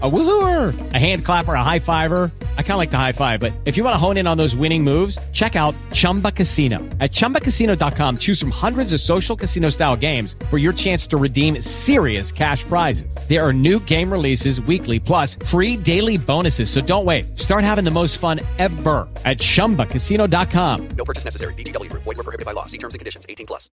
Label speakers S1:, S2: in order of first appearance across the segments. S1: a woohooer, a hand clapper, a high fiver. I kind of like the high five, but if you want to hone in on those winning moves, check out Chumba Casino. At ChumbaCasino.com, choose from hundreds of social casino style games for your chance to redeem serious cash prizes. There are new game releases weekly, plus free daily bonuses. So don't wait. Start having the most fun ever at ChumbaCasino.com.
S2: No purchase necessary. BGW. Void were prohibited by law. See terms and conditions. 18 plus.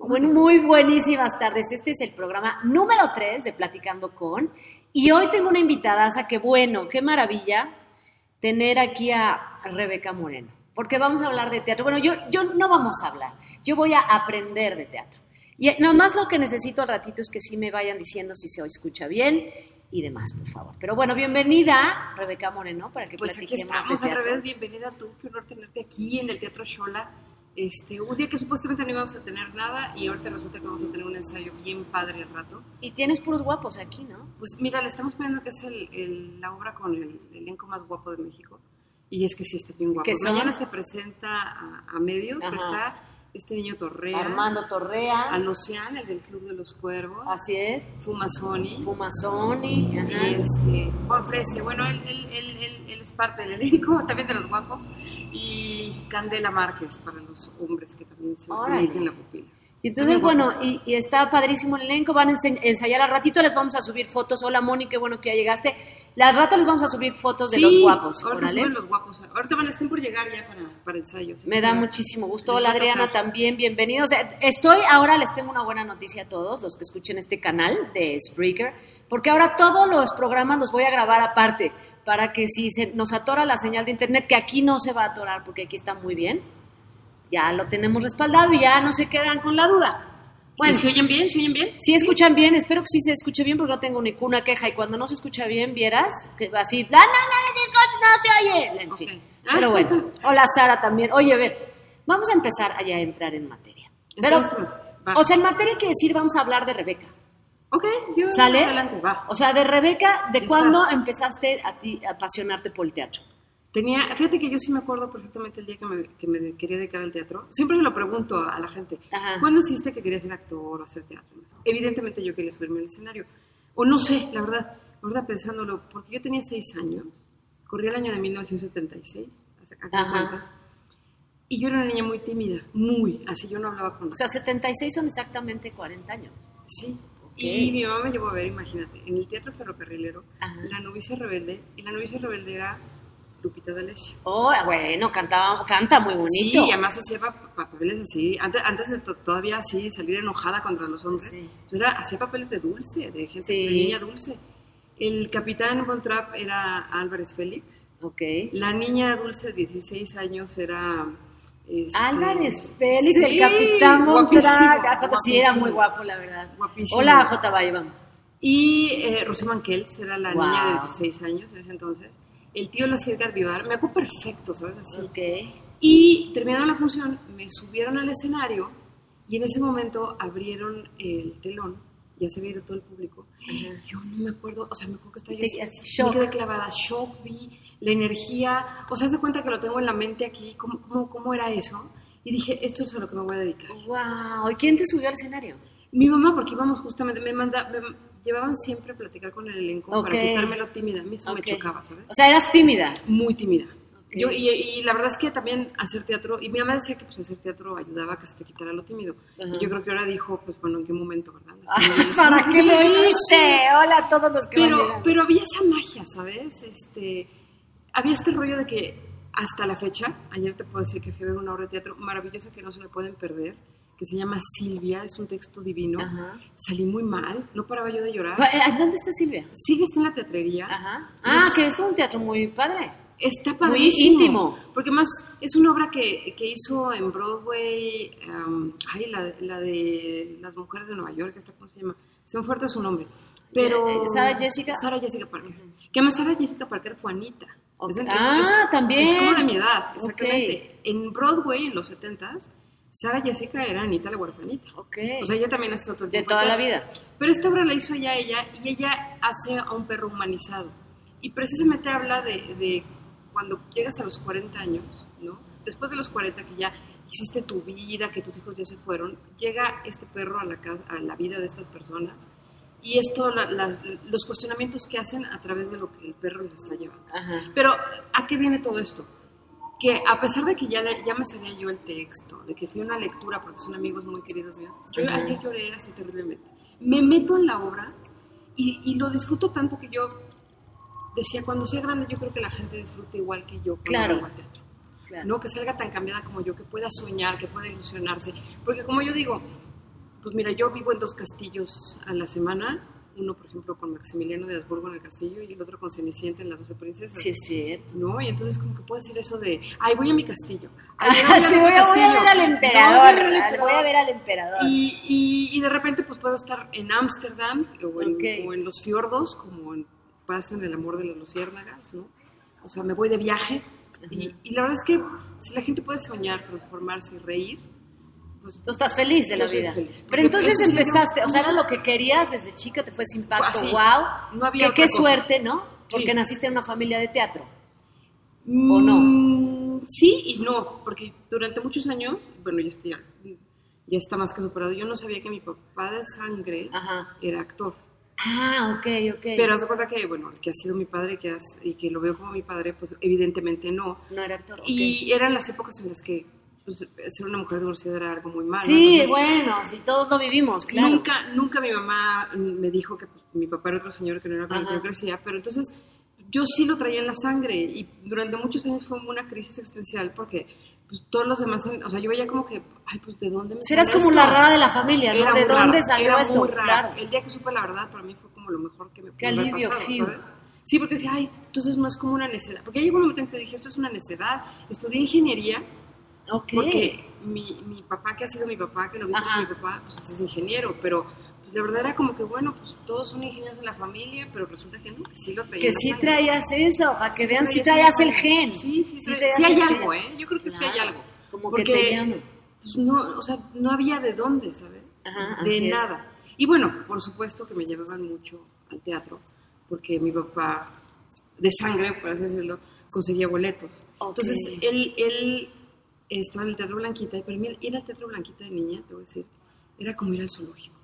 S3: Muy buenísimas tardes. Este es el programa número 3 de Platicando con. Y hoy tengo una invitada, que bueno, qué maravilla tener aquí a Rebeca Moreno, porque vamos a hablar de teatro. Bueno, yo, yo no vamos a hablar, yo voy a aprender de teatro. Y nada más lo que necesito al ratito es que sí me vayan diciendo si se escucha bien y demás, por favor. Pero bueno, bienvenida Rebeca Moreno para que
S4: pues
S3: platiquemos
S4: aquí estamos,
S3: de teatro.
S4: Otra vez, bienvenida tú, qué honor tenerte aquí en el Teatro Shola. Este, un día que supuestamente no íbamos a tener nada y ahorita resulta que vamos a tener un ensayo bien padre al rato.
S3: Y tienes puros guapos aquí, ¿no?
S4: Pues mira, le estamos poniendo que es el- el- la obra con el elenco más guapo de México. Y es que sí, está bien guapo.
S3: ¿Qué son?
S4: Mañana se presenta a, a medios, pero
S3: Ajá.
S4: está este niño Torrea,
S3: Armando Torrea,
S4: Anocian, el del Club de los Cuervos,
S3: así es,
S4: Fumazoni,
S3: Fumazoni, ajá.
S4: y este, Juan Frese. Bueno, él, él- él- él- él es parte del elenco, también de los guapos. Y Candela Márquez para los hombres, que también se
S3: Órale.
S4: en la pupila.
S3: Y entonces, bueno, y, y está padrísimo el elenco, van a ense- ensayar al ratito, les vamos a subir fotos. Hola, Moni, qué bueno que ya llegaste. Al rato les vamos a subir fotos de los guapos.
S4: Ahorita
S3: órale.
S4: suben los guapos. Ahorita van, estén por llegar ya para, para ensayos.
S3: Me da muchísimo gusto. Hola,
S4: Les va a
S3: Adriana
S4: tocar.
S3: también, bienvenidos. Eh, Estoy, ahora les tengo una buena noticia a todos los que escuchen este canal de Spreaker, porque ahora todos los programas los voy a grabar aparte, para que si se nos atora la señal de internet, que aquí no se va a atorar, porque aquí está muy bien, ya lo tenemos respaldado y ya no se quedan con la duda.
S4: Bueno, ¿se oyen bien? ¿Se oyen bien?
S3: Si escuchan bien, espero que sí se escuche bien porque no tengo ninguna queja. Y cuando no se escucha bien, vieras que va así, la no, no, no, se escucha, no se oye. En fin.
S4: Ok. Ah.
S3: Pero bueno, hola Sara también. Oye, a ver, vamos a empezar allá a entrar en materia. Pero,
S4: Entonces, va.
S3: o sea, en materia quiere decir, vamos a hablar de Rebeca.
S4: Ok, yo
S3: ¿Sale?
S4: adelante, va.
S3: O sea, de Rebeca, ¿de
S4: Estás-
S3: cuándo empezaste a ti a apasionarte por el teatro?
S4: Tenía, fíjate que yo sí me acuerdo perfectamente el día que me, que me quería dedicar al teatro. Siempre se lo pregunto a, a la gente,
S3: Ajá.
S4: ¿cuándo hiciste que querías ser actor o hacer teatro? Evidentemente yo quería subirme al escenario. O no sé, la verdad, ahorita pensándolo, porque yo tenía seis años, corría el año de 1976, hace acá
S3: Ajá.
S4: cuentas, y yo era una niña muy tímida, muy, así yo no hablaba con
S3: O sea, 76 son exactamente 40 años.
S4: Sí.
S3: Ok.
S4: Y mi mamá me llevó a ver, imagínate, en el Teatro Ferrocarrilero,
S3: Ajá.
S4: La Novicia Rebelde, y La Novicia Rebelde era Lupita D'Alessio.
S3: Oh, bueno, cantaba, canta muy bonito.
S4: Sí, y además hacía pa- papeles así, antes, antes de to- todavía así salir enojada contra los hombres,
S3: Sí.
S4: Yo era, hacía papeles de dulce, de gente,
S3: Sí.
S4: de niña dulce. El capitán Bontrap era Álvarez Félix,
S3: Ok.
S4: la niña dulce de 16 años era... este,
S3: Álvarez Félix,
S4: sí,
S3: el capitán Mondrag.
S4: guapísimo,
S3: Ah, Jota, Sí, era
S4: guapísimo.
S3: muy guapo, la verdad.
S4: Guapísimo.
S3: Hola, J. Valle, vamos.
S4: Y eh, Rosa Manquels era la
S3: Wow.
S4: niña de 16 años en ese entonces. El tío lo hacía Edgar Vivar, me acuerdo perfecto, ¿sabes? Así.
S3: Ok.
S4: Y terminaron la función, me subieron al escenario y en ese momento abrieron el telón, ya se había ido todo el público. Yo no me acuerdo, o sea, me acuerdo que estaba yo
S3: Te
S4: así,
S3: quedas shock.
S4: me quedé clavada, shock, vi la energía, o sea, se cuenta que lo tengo en la mente aquí, ¿cómo, cómo, cómo era eso? Y dije, esto es a lo que me voy a dedicar.
S3: Wow. ¿Y quién te subió al escenario?
S4: Mi mamá, porque íbamos justamente, me manda, me llevaban siempre a platicar con el elenco
S3: Ok.
S4: para quitarme lo tímida. A mí eso
S3: Ok.
S4: me chocaba, ¿sabes?
S3: O sea, eras tímida.
S4: Muy tímida.
S3: Ok.
S4: Yo, y, y la verdad es que también hacer teatro, y mi mamá decía que pues hacer teatro ayudaba a que se te quitara lo tímido.
S3: Ajá. Ah,
S4: Y yo creo que ahora dijo, pues bueno, ¿en qué momento, verdad?
S3: ¿Para qué lo hice? Hola a todos los que van
S4: Pero,
S3: llegando.
S4: pero había esa magia, ¿sabes? Este, había este rollo de que hasta la fecha, ayer te puedo decir que fui a ver una obra de teatro maravillosa que no se la pueden perder, que se llama Silvia, es un texto divino.
S3: Ajá.
S4: Salí muy mal, no paraba yo de llorar.
S3: Ba- eh, ¿Dónde está Silvia?
S4: Silvia está en la teatrería.
S3: Ajá. Ah,
S4: Es-
S3: que es un teatro muy padre.
S4: Está
S3: Muy
S4: padrísimo.
S3: íntimo.
S4: Porque más es una obra que, que hizo en Broadway em, ay, la, la de las mujeres de Nueva York, esta, ¿cómo se llama? Se me fuerte su nombre. Pero,
S3: Eh, eh, ¿Sara Jessica?
S4: Sara Jessica Parker. Que además Sara Jessica Parker fue Anita.
S3: Ok.
S4: Es- es-
S3: Ah,
S4: es-
S3: también.
S4: Es como de mi edad,
S3: Ok.
S4: exactamente. En Broadway, en los 70s, Sara Jessica era Anita la huerfanita.
S3: Ok.
S4: O sea, ella también ha estado todo el
S3: De
S4: tiempo
S3: toda
S4: en
S3: la
S4: teatro.
S3: vida.
S4: Pero esta obra la hizo ya ella y ella hace a un perro humanizado. Y precisamente habla de, de cuando llegas a los 40 años, ¿no? Después de los 40 que ya hiciste tu vida, que tus hijos ya se fueron, llega este perro a la, ca- a la vida de estas personas y es todo la- las- los cuestionamientos que hacen a través de lo que el perro les está llevando.
S3: Ajá.
S4: Pero, ¿a qué viene todo esto? Que a pesar de que ya, le- ya me sabía yo el texto, de que fui a una lectura porque son amigos muy queridos míos, yo ayer lloré así terriblemente. Me meto en la obra y, y lo disfruto tanto que yo decía, cuando sea grande yo creo que la gente disfruta igual que yo cuando
S3: Claro.
S4: vengo al teatro.
S3: Claro.
S4: No que salga tan cambiada como yo, que pueda soñar, que pueda ilusionarse. Porque como yo digo, pues mira, yo vivo en dos castillos a la semana. Uno, por ejemplo, con Maximiliano de Habsburgo en el castillo y el otro con Cenicienta en las 12 princesas.
S3: Sí, es cierto.
S4: ¿no? Y entonces como que puede ser eso de, ay, voy a mi castillo. Ay,
S3: Ah,
S4: voy a
S3: sí,
S4: mi
S3: voy a, voy a
S4: castillo.
S3: ver al
S4: No,
S3: emperador.
S4: voy a ver al
S3: ah, Voy a ver al emperador.
S4: Y, y- y de repente pues puedo estar en Ámsterdam o, en-
S3: Ok.
S4: o en los fiordos, como en, pasa en El amor de las luciérnagas, ¿no? O sea, me voy de viaje. Y, y la verdad es que si la gente puede soñar, transformarse, reír, pues
S3: Tú estás feliz de la
S4: Yo soy
S3: vida.
S4: feliz,
S3: Pero
S4: porque pues,
S3: entonces
S4: eso sí,
S3: empezaste,
S4: yo-
S3: o sea, era lo que querías desde chica, te fue ese impacto,
S4: Así,
S3: wow.
S4: no había
S3: que,
S4: otra
S3: qué
S4: cosa.
S3: suerte, ¿no? Porque
S4: Sí.
S3: naciste en una familia de teatro.
S4: ¿O
S3: no?
S4: Mm, Sí y no, porque durante muchos años, bueno, ya, estoy, ya está más que superado, yo no sabía que mi papá de sangre
S3: Ajá.
S4: era actor.
S3: Ah, ok, ok.
S4: Pero haz de cuenta que, bueno, el que ha sido mi padre que has- y que lo veo como mi padre, pues evidentemente no.
S3: no era actor. ok.
S4: Y eran las épocas en las que pues, ser una mujer divorciada era algo muy malo.
S3: sí,
S4: ah, entonces,
S3: bueno, si todos lo vivimos, claro.
S4: Nunca, nunca mi mamá me dijo que pues, mi papá era otro señor que no era con el que yo crecía, pero entonces yo sí lo traía en la sangre y durante muchos años fue una crisis existencial porque pues, todos los demás, o sea, yo veía como que, ay, pues de dónde me
S3: Pues eras
S4: salió
S3: como
S4: esto?
S3: la rara de la familia, ¿no?
S4: Era
S3: ¿De
S4: muy raro,
S3: dónde salió
S4: era
S3: esto?
S4: muy raro.
S3: Claro.
S4: El día que supe la verdad para mí fue como lo mejor que me
S3: Qué
S4: pudo haber
S3: alivio,
S4: pasado,
S3: fiu.
S4: ¿sabes? Sí, porque decía, ay, entonces no es como una necedad. Porque ya llegó un momento en que dije, esto es una necedad. Estudié ingeniería
S3: Ok.
S4: porque mi, mi papá, que ha sido mi papá, que lo vi como
S3: Ajá.
S4: mi papá, pues es ingeniero, pero pues, la verdad era como que, bueno, pues todos son ingenieros de la familia, pero resulta que no, que sí lo traía.
S3: Que
S4: en la
S3: sí
S4: sangre.
S3: traías eso, para que
S4: Sí
S3: vean si
S4: traías
S3: traías
S4: en
S3: el
S4: la
S3: gen.
S4: sangre. Sí, sí, traía-
S3: traías
S4: sí hay
S3: el
S4: algo,
S3: gen.
S4: ¿eh? Yo creo que sí hay
S3: Claro,
S4: algo.
S3: Como
S4: Porque-
S3: que te llamo.
S4: Pues no, o sea, no había de dónde, ¿sabes?
S3: Ajá,
S4: de
S3: así es.
S4: nada. Y bueno, por supuesto que me llevaban mucho al teatro, porque mi papá, de sangre, por así decirlo, conseguía boletos.
S3: Ok.
S4: Entonces, él, él estaba en el Teatro Blanquita, pero mira, ir al Teatro Blanquita de niña, te voy a decir, era como ir al zoológico.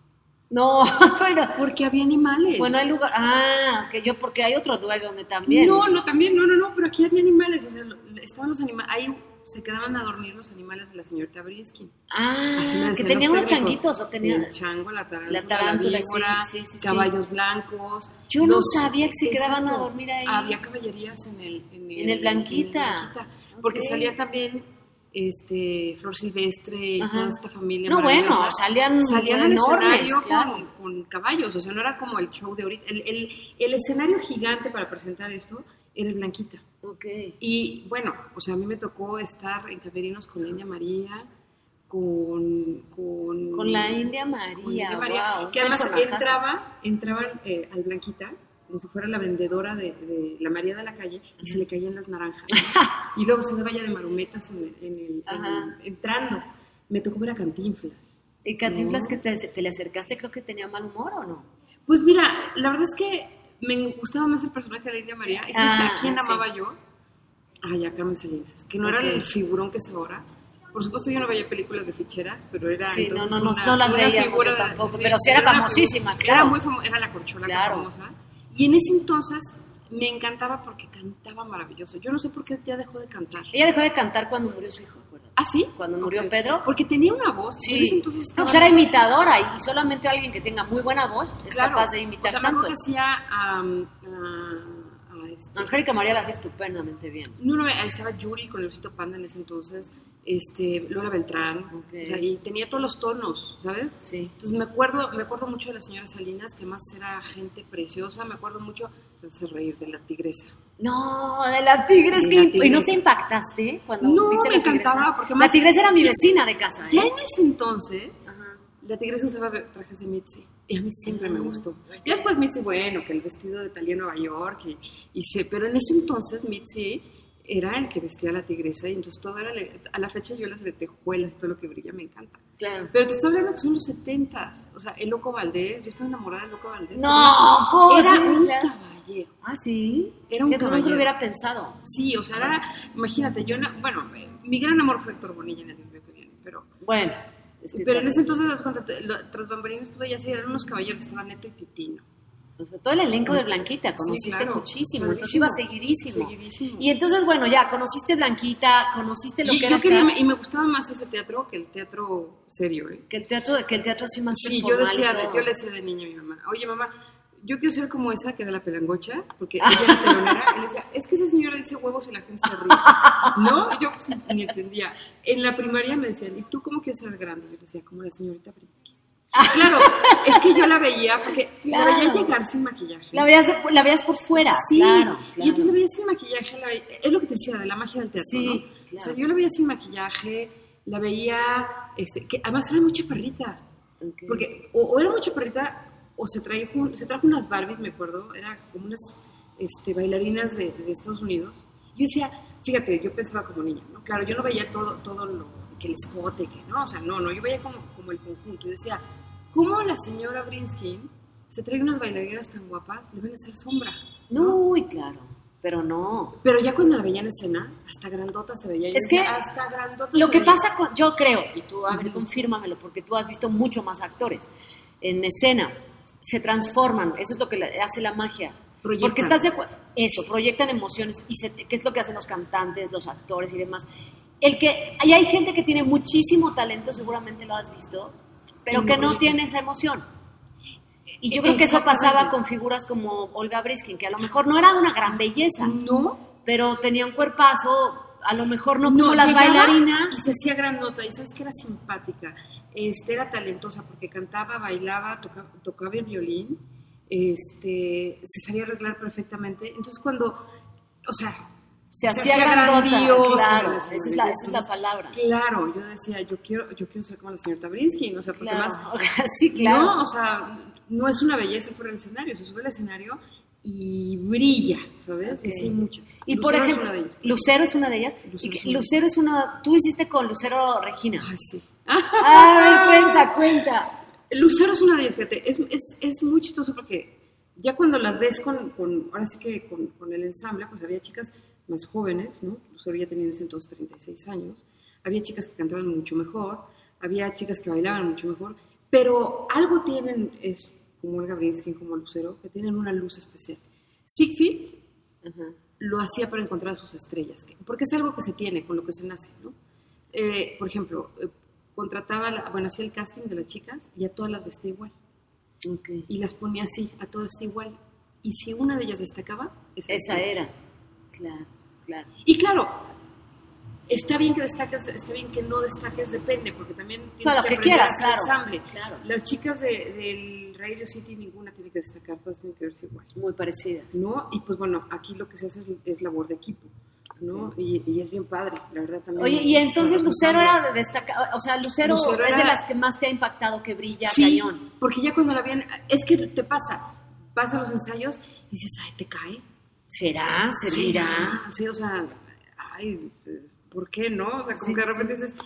S3: No, pero.
S4: Porque había animales.
S3: Bueno, hay lugar. Ah, que yo, porque hay otros lugares donde también.
S4: No, no, también, no, no, no, pero aquí había animales, o sea, lo- estaban los animales, ahí se quedaban a dormir los animales de la señorita Briskin.
S3: Ah,
S4: Así me
S3: que
S4: decían
S3: tenía
S4: los
S3: unos
S4: técnicos.
S3: changuitos o tenía.
S4: El chango, la tarántula,
S3: La
S4: la,
S3: tarántula, sí,
S4: víbora,
S3: sí, sí, sí.
S4: caballos blancos.
S3: Yo no sabía que se
S4: Exacto.
S3: quedaban a dormir ahí.
S4: Había caballerías en el, en el,
S3: En el Blanquita.
S4: en el Blanquita, porque
S3: Ok.
S4: salía también este Flor Silvestre y
S3: Ajá.
S4: toda esta familia.
S3: No, bueno,
S4: maravillosa.
S3: salían
S4: salían al
S3: enormes,
S4: escenario
S3: claro.
S4: con, con caballos, o sea, no era como el show de ahorita. El, el, el escenario gigante para presentar esto era el Blanquita.
S3: Ok.
S4: Y bueno, o sea, a mí me tocó estar en camerinos con la India María, con... Con,
S3: Con la India
S4: con la
S3: María.
S4: India María,
S3: guau, un
S4: que además
S3: personajazo.
S4: entraba, entraba eh, al Blanquita, como si fuera la vendedora de, de la María de la calle, y se le caían las naranjas. y luego se daba ya de marumetas en el, en el- en-
S3: Ajá.
S4: entrando. Me tocó ver a Cantinflas.
S3: Y Cantinflas, que te, te le acercaste, creo que tenía mal humor o no.
S4: Pues mira, la verdad es que me gustaba más el personaje de la India María. ¿Y sabes
S3: Ah,
S4: a quién
S3: sí.
S4: amaba yo? Ay, a Carmen Salinas, que no
S3: Ok.
S4: era el figurón que es ahora. Por supuesto, yo no veía películas de ficheras, pero era.
S3: Sí, no,
S4: entonces
S3: no, no-
S4: una-
S3: no las
S4: una
S3: veíamos
S4: figura
S3: yo
S4: de-
S3: tampoco, pero sí era
S4: una figu-
S3: famosísima,
S4: Era
S3: claro.
S4: muy famosa, era la corchola que
S3: Claro.
S4: famosa. Y en ese entonces me encantaba porque cantaba maravilloso. Yo no sé por qué ya dejó de cantar.
S3: Ella dejó de cantar cuando murió su hijo, acuérdate.
S4: ¿Ah, sí?
S3: Cuando murió
S4: Ok.
S3: Pedro.
S4: Porque tenía una voz.
S3: Sí.
S4: En ese entonces
S3: No,
S4: estaba.
S3: pues era imitadora y solamente alguien que tenga muy buena voz es
S4: Claro.
S3: capaz de imitar
S4: o sea, me
S3: tanto.
S4: acuerdo que hacía am, a, a este,
S3: Angélica María la hace estupendamente bien.
S4: no, no, ahí estaba Yuri con Leoncito Panda en ese entonces, este, Lola Beltrán,
S3: Ok.
S4: o sea, y tenía todos los tonos, ¿sabes?
S3: Sí.
S4: Entonces me acuerdo, me acuerdo mucho de la señora Salinas, que más era gente preciosa, me acuerdo mucho me hace reír de la tigresa.
S3: No, de la tigres.
S4: De
S3: que
S4: la
S3: imp- ¿Y no
S4: Tigresa.
S3: te impactaste cuando
S4: No,
S3: viste
S4: me
S3: la tigresa?
S4: encantaba, porque
S3: la
S4: más-
S3: tigresa era mi
S4: Sí.
S3: vecina de casa. ¿eh?
S4: Ya en ese entonces,
S3: Ajá.
S4: la tigresa usaba ve- trajes de Mitzi. Y a mí siempre me gustó. Ya después Mitzi, bueno, que el vestido de Talía en Nueva York, y, y sé, pero en ese entonces Mitzi era el que vestía a la tigresa, y entonces todo era, le- a la fecha yo las lentejuelas, todo lo que brilla me encanta.
S3: Claro.
S4: Pero te estoy hablando que son los setentas, o sea, el Loco Valdés, yo estaba enamorada del Loco Valdés.
S3: No, ¿cómo
S4: ¿cómo? Era
S3: sí?
S4: un
S3: Claro.
S4: caballero.
S3: Ah, sí.
S4: Era un
S3: que nunca lo
S4: caballero.
S3: hubiera pensado.
S4: Sí, o sea, era, imagínate, yo, no- bueno, eh, mi gran amor fue Héctor Bonilla en el Dios mío que viene, pero...
S3: Bueno. es que
S4: Pero en
S3: tal-
S4: ese entonces, das cuenta, t- lo- tras bambalinas tuve ya sí, eran unos caballeros, estaba Neto y Titino.
S3: O sea, todo el elenco de Blanquita, conociste
S4: claro,
S3: muchísimo,
S4: padrísimo,
S3: entonces iba seguidísimo.
S4: seguidísimo.
S3: Y entonces, bueno, ya, conociste Blanquita, conociste lo
S4: Y,
S3: que
S4: yo
S3: era
S4: quería,
S3: estar-
S4: y me gustaba más ese teatro que el teatro serio, ¿eh?
S3: que el teatro, que el teatro así más
S4: Sí, yo
S3: informal y
S4: decía,
S3: todo.
S4: yo le decía de niña a mi mamá, oye mamá, yo quiero ser como esa que da la pelangocha, porque ella era pelonera, y le decía, es que esa señora dice huevos y la gente se ríe. ¿No? Y yo pues, ni entendía. En la primaria me decían, ¿y tú cómo quieres ser grande? Yo decía, como la señorita Brinsky. Y Claro, es que yo la veía porque
S3: Claro.
S4: la veía llegar sin maquillaje.
S3: La veías, de- la veías por fuera,
S4: Sí,
S3: claro,
S4: Y entonces
S3: claro.
S4: lo veía sin maquillaje, la- es lo que te decía de la magia del teatro.
S3: Sí,
S4: ¿no?
S3: claro.
S4: O sea, yo la veía sin maquillaje, la veía, este, que además era muy chaparrita.
S3: Ok.
S4: Porque o, o era muy chaparrita o se, trajo, se trajo unas Barbies, me acuerdo, eran como unas este, bailarinas de, de Estados Unidos. Yo decía, fíjate, yo pensaba como niña, ¿no? Claro, yo no veía todo, todo lo que el escote, que no, o sea, no, no, yo veía como, como el conjunto. Y decía, ¿cómo la señora Brinskin se trae unas bailarinas tan guapas? Le van a hacer sombra.
S3: No, uy, claro, pero no.
S4: Pero ya cuando la veía en escena, hasta grandota se veía. Yo
S3: Es que
S4: decía, hasta grandota
S3: Lo
S4: se
S3: que
S4: veía".
S3: pasa con, yo creo, y tú, a ver, confírmamelo, porque tú has visto mucho más actores en escena, se transforman, eso es lo que la- hace la magia.
S4: Proyectan.
S3: Porque estás de acue- eso, proyectan emociones, y se, que es lo que hacen los cantantes, los actores y demás. El que, y hay gente que tiene muchísimo talento, seguramente lo has visto, pero
S4: Y no
S3: que no
S4: proyectan.
S3: tiene esa emoción. Y yo creo que eso pasaba
S4: Exactamente.
S3: con figuras como Olga Briskin, que a lo mejor no era una gran belleza,
S4: No.
S3: pero tenía un cuerpazo, a lo mejor no como
S4: no,
S3: las
S4: llegaba
S3: bailarinas.
S4: Y se hacía grandota. Y sabes que era simpática. Este, era talentosa porque cantaba, bailaba, toca- tocaba el violín. Este, se sabía arreglar perfectamente. Entonces cuando, o sea...
S3: se
S4: se
S3: hacía grandota,
S4: grandiosa,
S3: claro,
S4: la
S3: esa
S4: señora.
S3: es la, esa es la
S4: Entonces,
S3: palabra.
S4: Claro, yo decía, yo quiero, yo quiero ser como la señora Tabrinsky, o sea, porque
S3: Claro,
S4: más...
S3: sí, claro.
S4: No, o sea, no es una belleza por el escenario, se sube al escenario y brilla, ¿sabes? Y
S3: Ok.
S4: sí, muchas.
S3: Y
S4: Lucero
S3: por
S4: es
S3: ejemplo,
S4: una de ellas.
S3: Lucero es una de ellas.
S4: Lucero
S3: Y que-
S4: es una de
S3: Lucero es una, tú hiciste con Lucero Regina. Ah,
S4: Ay, sí.
S3: A ver, cuenta, cuenta.
S4: Lucero es una de ellas, fíjate, es, es, es muy chistoso porque ya cuando las ves con, con ahora sí que con, con el ensamble, pues había chicas más jóvenes, ¿no? Lucero ya tenía en ese entonces 36 años, había chicas que cantaban mucho mejor, había chicas que bailaban mucho mejor, pero algo tienen, es como Olga Brinsky, como Lucero, que tienen una luz especial. Siegfried lo hacía para encontrar a sus estrellas, que- porque es algo que se tiene, con lo que se nace, ¿no? Eh, por ejemplo, eh, contrataba, a la- bueno, hacía el casting de las chicas y a todas las vestía igual. Y las ponía así, a todas igual. Y si una de ellas destacaba, esa,
S3: Esa
S4: era.
S3: era. Claro, claro.
S4: Y claro, está bien que destaques, está bien que no destaques, depende, porque también tienes
S3: Claro, que
S4: aprender
S3: quieras,
S4: a hacer
S3: claro,
S4: ensamble.
S3: claro.
S4: Las chicas de- del Radio City ninguna tiene que destacar, todas tienen que verse igual.
S3: Muy parecida.
S4: ¿no? Y pues bueno, aquí lo que se hace es, es labor de equipo, ¿no? Y, y es bien padre, la verdad también.
S3: Oye, y entonces
S4: Los
S3: Lucero era
S4: ensambles.
S3: de destaca- o sea, Lucero,
S4: Lucero
S3: es de
S4: era-
S3: las que más te ha impactado, que brilla,
S4: Sí,
S3: cañón.
S4: porque ya cuando la ven, es que te pasa, vas a los ensayos y dices, ay, te cae.
S3: ¿Será? ¿Servirá?
S4: Sí, o sea, ay, ¿por qué no? O sea, como
S3: Sí,
S4: que de
S3: sí,
S4: repente dices,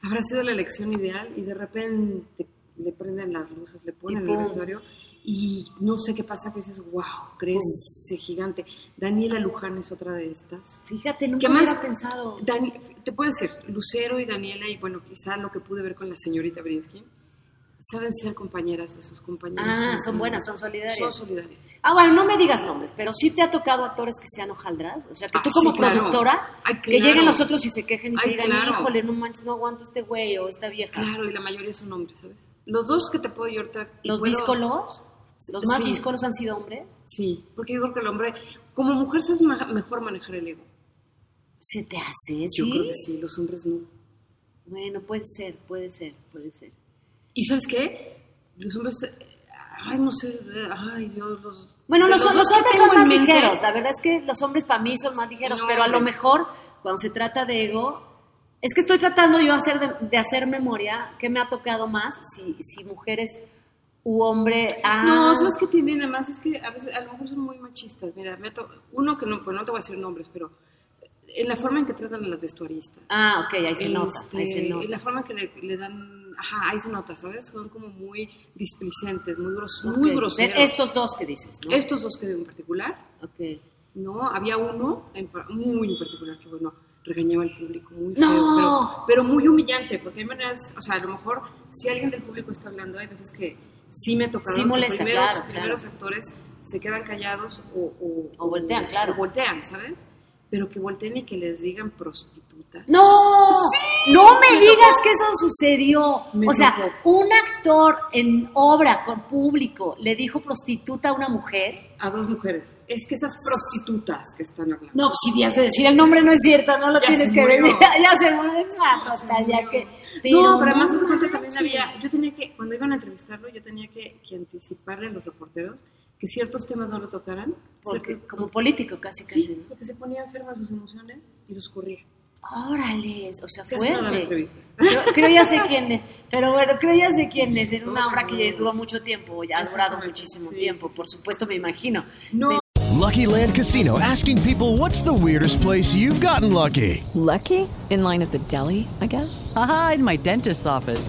S4: habrá sido la elección ideal y de repente le prenden las luces, le
S3: Y
S4: ponen el
S3: pum.
S4: vestuario y no sé qué pasa, que dices, wow, crece gigante. Daniela Luján es otra de estas.
S3: Fíjate, nunca
S4: ¿Qué más?
S3: hubiera pensado.
S4: Dani- te puedo decir, Lucero y Daniela, y bueno, quizá lo que pude ver con la señorita Brinsky, saben ser compañeras de sus compañeros.
S3: Ah, son buenas, son solidarias.
S4: Son solidarias.
S3: Ah, bueno, no me digas nombres, pero sí te ha tocado actores que sean hojaldras. O sea, que
S4: Ah,
S3: tú como
S4: sí, claro.
S3: productora,
S4: Ay,
S3: que
S4: claro.
S3: lleguen los otros y se quejen y te
S4: Ay,
S3: digan,
S4: claro.
S3: híjole, no manches, no aguanto este güey o esta vieja.
S4: Claro, y la mayoría son hombres, ¿sabes? Los dos que te puedo yo ahorita... y
S3: Los
S4: puedo-
S3: díscolos, los más
S4: Sí.
S3: díscolos han sido hombres.
S4: Sí, porque yo creo que el hombre, Como mujer sabes ma- mejor manejar el ego.
S3: ¿Se te hace?
S4: Yo creo
S3: ¿Sí?
S4: que sí, los hombres no.
S3: Bueno, puede ser, puede ser, puede ser.
S4: ¿Y sabes qué? Los hombres, eh, ay, no sé, eh, ay, Dios, los...
S3: Bueno,
S4: de
S3: los,
S4: dos
S3: los
S4: que
S3: hombres
S4: tengo
S3: son más
S4: en mente-
S3: ligeros. La verdad es que los hombres para mí son más ligeros,
S4: No,
S3: pero a lo
S4: hombre.
S3: mejor cuando se trata de ego, es que estoy tratando yo hacer de, de hacer memoria. ¿Qué me ha tocado más? Si, si mujeres u hombre. Ah,
S4: No, sabes que tienen, además es que a veces a lo mejor son muy machistas. Mira, me ha to- uno que no, pues no te voy a decir nombres, pero en la forma en que tratan a las vestuaristas.
S3: Ah, ok, ahí se nota, ahí se
S4: Este,
S3: nota.
S4: La forma que le, le dan, ajá, ahí se nota, ¿sabes? Son como muy displicentes, muy, gros,
S3: Ok.
S4: muy groseros.
S3: Estos dos que dices, ¿no?
S4: Estos dos que digo en particular,
S3: Ok.
S4: ¿no? Había uno en par- muy en particular que, bueno, regañaba al público muy
S3: ¡No!
S4: feo, pero, pero muy humillante, porque hay maneras, o sea, a lo mejor si alguien del público está hablando, hay veces que sí me toca.
S3: Sí molesta,
S4: primeros,
S3: claro,
S4: Los primeros actores se quedan callados o, o,
S3: O voltean, claro.
S4: o voltean, ¿sabes? Pero que volteen y que les digan prostituta.
S3: ¡No! ¡No me,
S4: Me
S3: digas
S4: tocó.
S3: que eso sucedió!
S4: Me
S3: o sea,
S4: tocó.
S3: un actor en obra con público le dijo prostituta a una mujer.
S4: A dos mujeres. Es que esas prostitutas que están hablando.
S3: No, pues, si días de decir el nombre no es cierto, no lo
S4: Ya
S3: tienes
S4: se
S3: que
S4: murió.
S3: decir. Ya se murió. Ah, total, ya que.
S4: no, pero además es que también
S3: manches.
S4: había, yo tenía que, cuando iban a entrevistarlo, yo tenía que, que anticiparle a los reporteros que ciertos temas no lo tocaran,
S3: Porque,
S4: ciertos-
S3: como político, casi,
S4: sí,
S3: casi. ¿no?
S4: porque se ponía enferma sus emociones y los corría.
S3: Órale, o sea,
S4: Casi no daba
S3: fuerte.
S4: entrevista.
S3: Creo, creo ya sé quién es, pero bueno, creo ya sé quién es, en una
S4: No,
S3: obra
S4: no,
S3: que
S4: no.
S3: ya duró mucho tiempo, o ya ha durado
S4: Exactamente,
S3: muchísimo
S4: sí,
S3: tiempo,
S4: sí, sí.
S3: por supuesto me imagino.
S4: No,
S5: Lucky Land Casino asking people what's the weirdest place you've gotten lucky?
S6: Lucky? In line at the deli, I guess?
S7: Haha, in my dentist's office.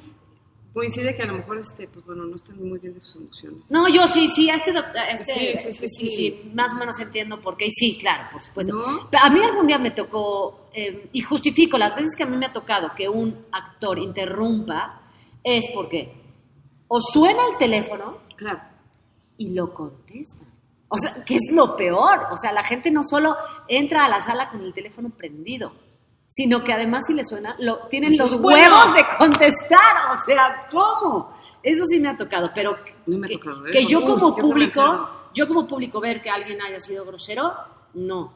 S4: coincide que a lo mejor, este, pues bueno, no están muy bien de sus emociones.
S3: No, yo sí, sí, a este doctor, a este-
S4: Sí, sí, sí, sí.
S3: más o menos entiendo por qué, y sí, claro, por supuesto.
S4: ¿No?
S3: Pero A mí algún día me tocó, eh, y justifico, las veces que a mí me ha tocado que un actor interrumpa, es porque o suena el teléfono
S4: Claro.
S3: y lo contesta. O sea, que es lo peor. O sea, la gente no solo entra a la sala con el teléfono prendido, sino que además si le suena, lo, tienen
S4: Dicen,
S3: los
S4: "Bueno".
S3: huevos de contestar. O sea, ¿cómo? Eso sí me ha tocado, pero
S4: No me ha
S3: que,
S4: tocado, ¿eh?
S3: que yo
S4: Uy,
S3: como
S4: yo que me
S3: público,
S4: enfermo.
S3: yo como público ver que alguien haya sido grosero, no.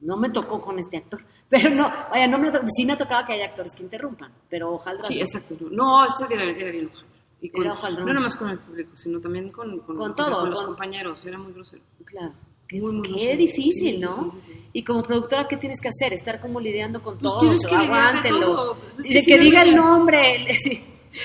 S3: No me tocó con este actor. Pero no, vaya, no me, ha to- sí me ha tocado que haya actores que interrumpan, pero ojalá.
S4: Sí,
S3: no.
S4: exacto. No, esto era, era bien Ojalá. Y con-
S3: Era Ojalá.
S4: No nada más con el público, sino también con, con,
S3: Con
S4: o sea,
S3: todo,
S4: los
S3: con-
S4: compañeros. Era muy grosero.
S3: Claro. Qué,
S4: Muy, muy
S3: qué
S4: grosero.
S3: difícil,
S4: Sí, sí,
S3: ¿no?
S4: sí, sí, sí.
S3: Y como productora, ¿qué tienes que hacer? Estar como lidiando con todo.
S4: tienes que lidiar de
S3: aguántenlo.
S4: todo. Es
S3: Dice
S4: que
S3: que diga el
S4: finalmente-
S3: nombre. le- sí.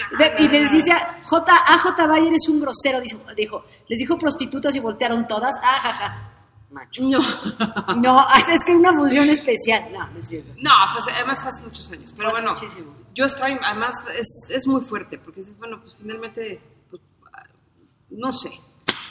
S4: Ah,
S3: Ve- Y les dice a J. A. J. Bayer es un grosero, dijo, dijo. Les dijo prostitutas y voltearon todas. Ajaja. Macho.
S4: No.
S3: No, es que era una función especial. No, no es cierto.
S4: No, pues, además fue hace muchos años. Pero
S3: Fue hace
S4: bueno,
S3: muchísimo.
S4: yo estaba, además es, es muy fuerte, porque dices, bueno, pues finalmente, pues, ah, no sé.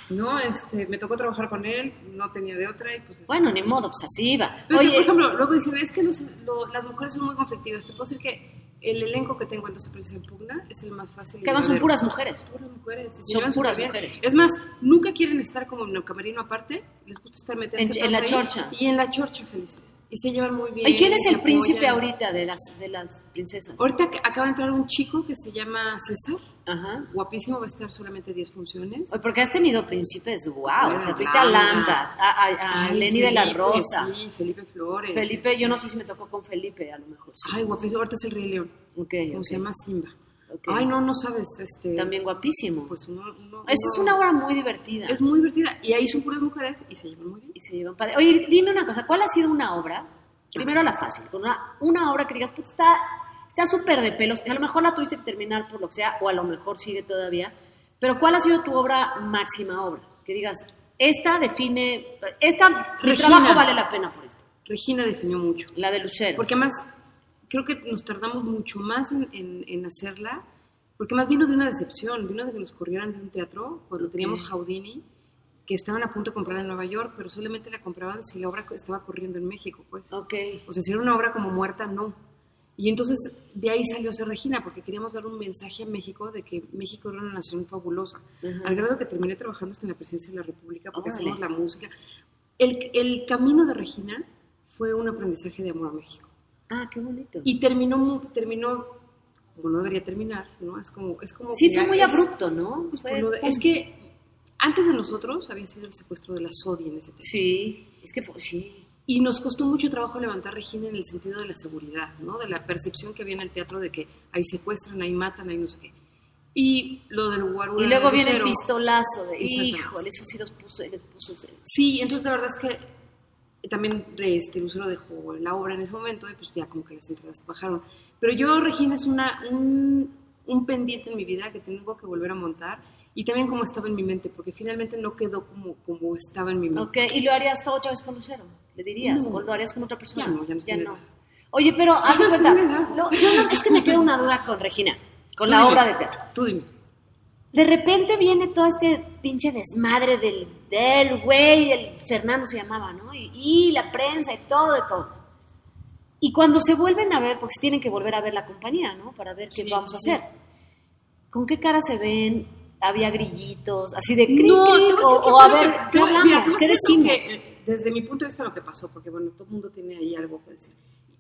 S4: No, este, me tocó trabajar con él, no tenía de otra y pues... este,
S3: Bueno, ni modo, pues así iba.
S4: Pero que,
S3: Oye,
S4: por ejemplo, luego dicen, es que los- lo- las mujeres son muy conflictivas. Te puedo decir que el elenco que tengo en 12 Precios en Pugna es el más fácil. y
S3: que además son
S4: llevadero.
S3: puras mujeres.
S4: Puras mujeres. se
S3: Son
S4: llevan
S3: puras
S4: súper bien.
S3: mujeres.
S4: Es más, nunca quieren estar como en el camerino aparte. Les gusta estar meterse
S3: En- en la
S4: todos
S3: chorcha.
S4: Y en la chorcha felices. Y se llevan muy bien.
S3: ¿Y quién
S4: y
S3: es
S4: se
S3: el príncipe
S4: apoyan.
S3: ahorita de las, de las princesas?
S4: Ahorita que- acaba de entrar un chico que se llama César.
S3: Ajá.
S4: Guapísimo, va a estar solamente 10 funciones.
S3: Oye, Porque has tenido príncipes, wow.
S4: Bueno,
S3: o sea, tuviste a Lambda, a, a- a
S4: Ah, Ay,
S3: Lenny de la
S4: Felipe,
S3: Rosa.
S4: Sí, Felipe Flores.
S3: Felipe, yo no sé si me tocó con Felipe, a lo mejor. Sí.
S4: Ay, guapísimo. Ahorita es el Rey León.
S3: Ok,
S4: ¿Cómo
S3: ok.
S4: se llama Simba?
S3: Ok.
S4: Ay, no, no sabes. Este,
S3: También guapísimo.
S4: Pues uno, uno-
S3: Esa es
S4: uno-
S3: una obra muy divertida.
S4: Es muy divertida. Y ahí son puras mujeres y se llevan muy bien.
S3: Y se llevan padre. Oye, dime una cosa, ¿cuál ha sido una obra? Primero la fácil, con una, una obra que digas, pues está está súper de pelos, a lo mejor la tuviste que terminar por lo que sea, o a lo mejor sigue todavía, pero ¿cuál ha sido tu obra máxima obra? Que digas, esta define, esta, mi
S4: Regina.
S3: trabajo vale la pena por esto.
S4: Regina definió mucho.
S3: La de Lucero.
S4: Porque además, creo que nos tardamos mucho más en, en- en hacerla. Porque más vino de una decepción. Vino de que nos corrieran de un teatro cuando teníamos Houdini. que estaban a punto de comprar en Nueva York, pero solamente la compraban si la obra estaba corriendo en México, pues.
S3: Ok.
S4: O sea, si era una obra como muerta, no. Y entonces de ahí salió Ser Regina, porque queríamos dar un mensaje a México de que México era una nación fabulosa. Al grado que terminé trabajando hasta en la presidencia de la República, porque
S3: Órale.
S4: hacemos la música. El, el camino de Regina fue un aprendizaje de amor a México.
S3: Ah, qué bonito.
S4: Y terminó, mu- terminó como no debería terminar, ¿no? Es como... Es como
S3: sí,
S4: que
S3: fue
S4: ya
S3: muy
S4: es-
S3: abrupto, ¿no? Fue-
S4: Pues, lo de- es que antes de nosotros había sido el secuestro de la SODI en ese tiempo.
S3: Sí, es que fue, sí.
S4: Y nos costó mucho trabajo levantar Regina en el sentido de la seguridad, ¿no? De la percepción que había en el teatro de que ahí secuestran, ahí matan, ahí no sé qué. Y lo del guarura
S3: Y luego
S4: del
S3: viene el
S4: lucero.
S3: pistolazo de,
S4: Exactamente.
S3: híjole, eso sí los puso, les puso
S4: Sí, entonces la verdad es que también este, Lucero dejó la obra en ese momento y pues ya como que las entradas bajaron. Pero yo, Regina, es una, un, un pendiente en mi vida que tengo que volver a montar y también como estaba en mi mente, porque finalmente no quedó como, como estaba en mi mente.
S3: Ok, ¿y lo harías todo otra vez con Lucero? ¿Le dirías? ¿O lo harías con otra persona?
S4: Ya no, ya no estoy de edad.
S3: Oye, pero haz de
S4: no estoy
S3: cuenta,
S4: de edad.
S3: no, yo no- es que me queda una duda con Regina, con la
S4: Tú
S3: obra de
S4: dime,
S3: teatro.
S4: Tú dime.
S3: De repente viene todo este pinche desmadre del, del güey, el Fernando se llamaba, ¿no? Y, y la prensa y todo, y todo. Y cuando se vuelven a ver, porque se tienen que volver a ver la compañía, ¿no? Para ver qué
S4: Sí,
S3: vamos a
S4: sí,
S3: hacer. ¿Con qué cara se ven? Había grillitos, así de crin,
S4: No,
S3: crin,
S4: te voy a
S3: o,
S4: decir que
S3: o
S4: fue
S3: a
S4: lo
S3: ver, ¿qué
S4: que- te voy- mira,
S3: hablamos?
S4: te voy a
S3: ¿Qué
S4: decir lo
S3: decimos?
S4: que, eh, desde mi punto de vista lo que pasó, porque bueno, todo el mundo tiene ahí algo que decir.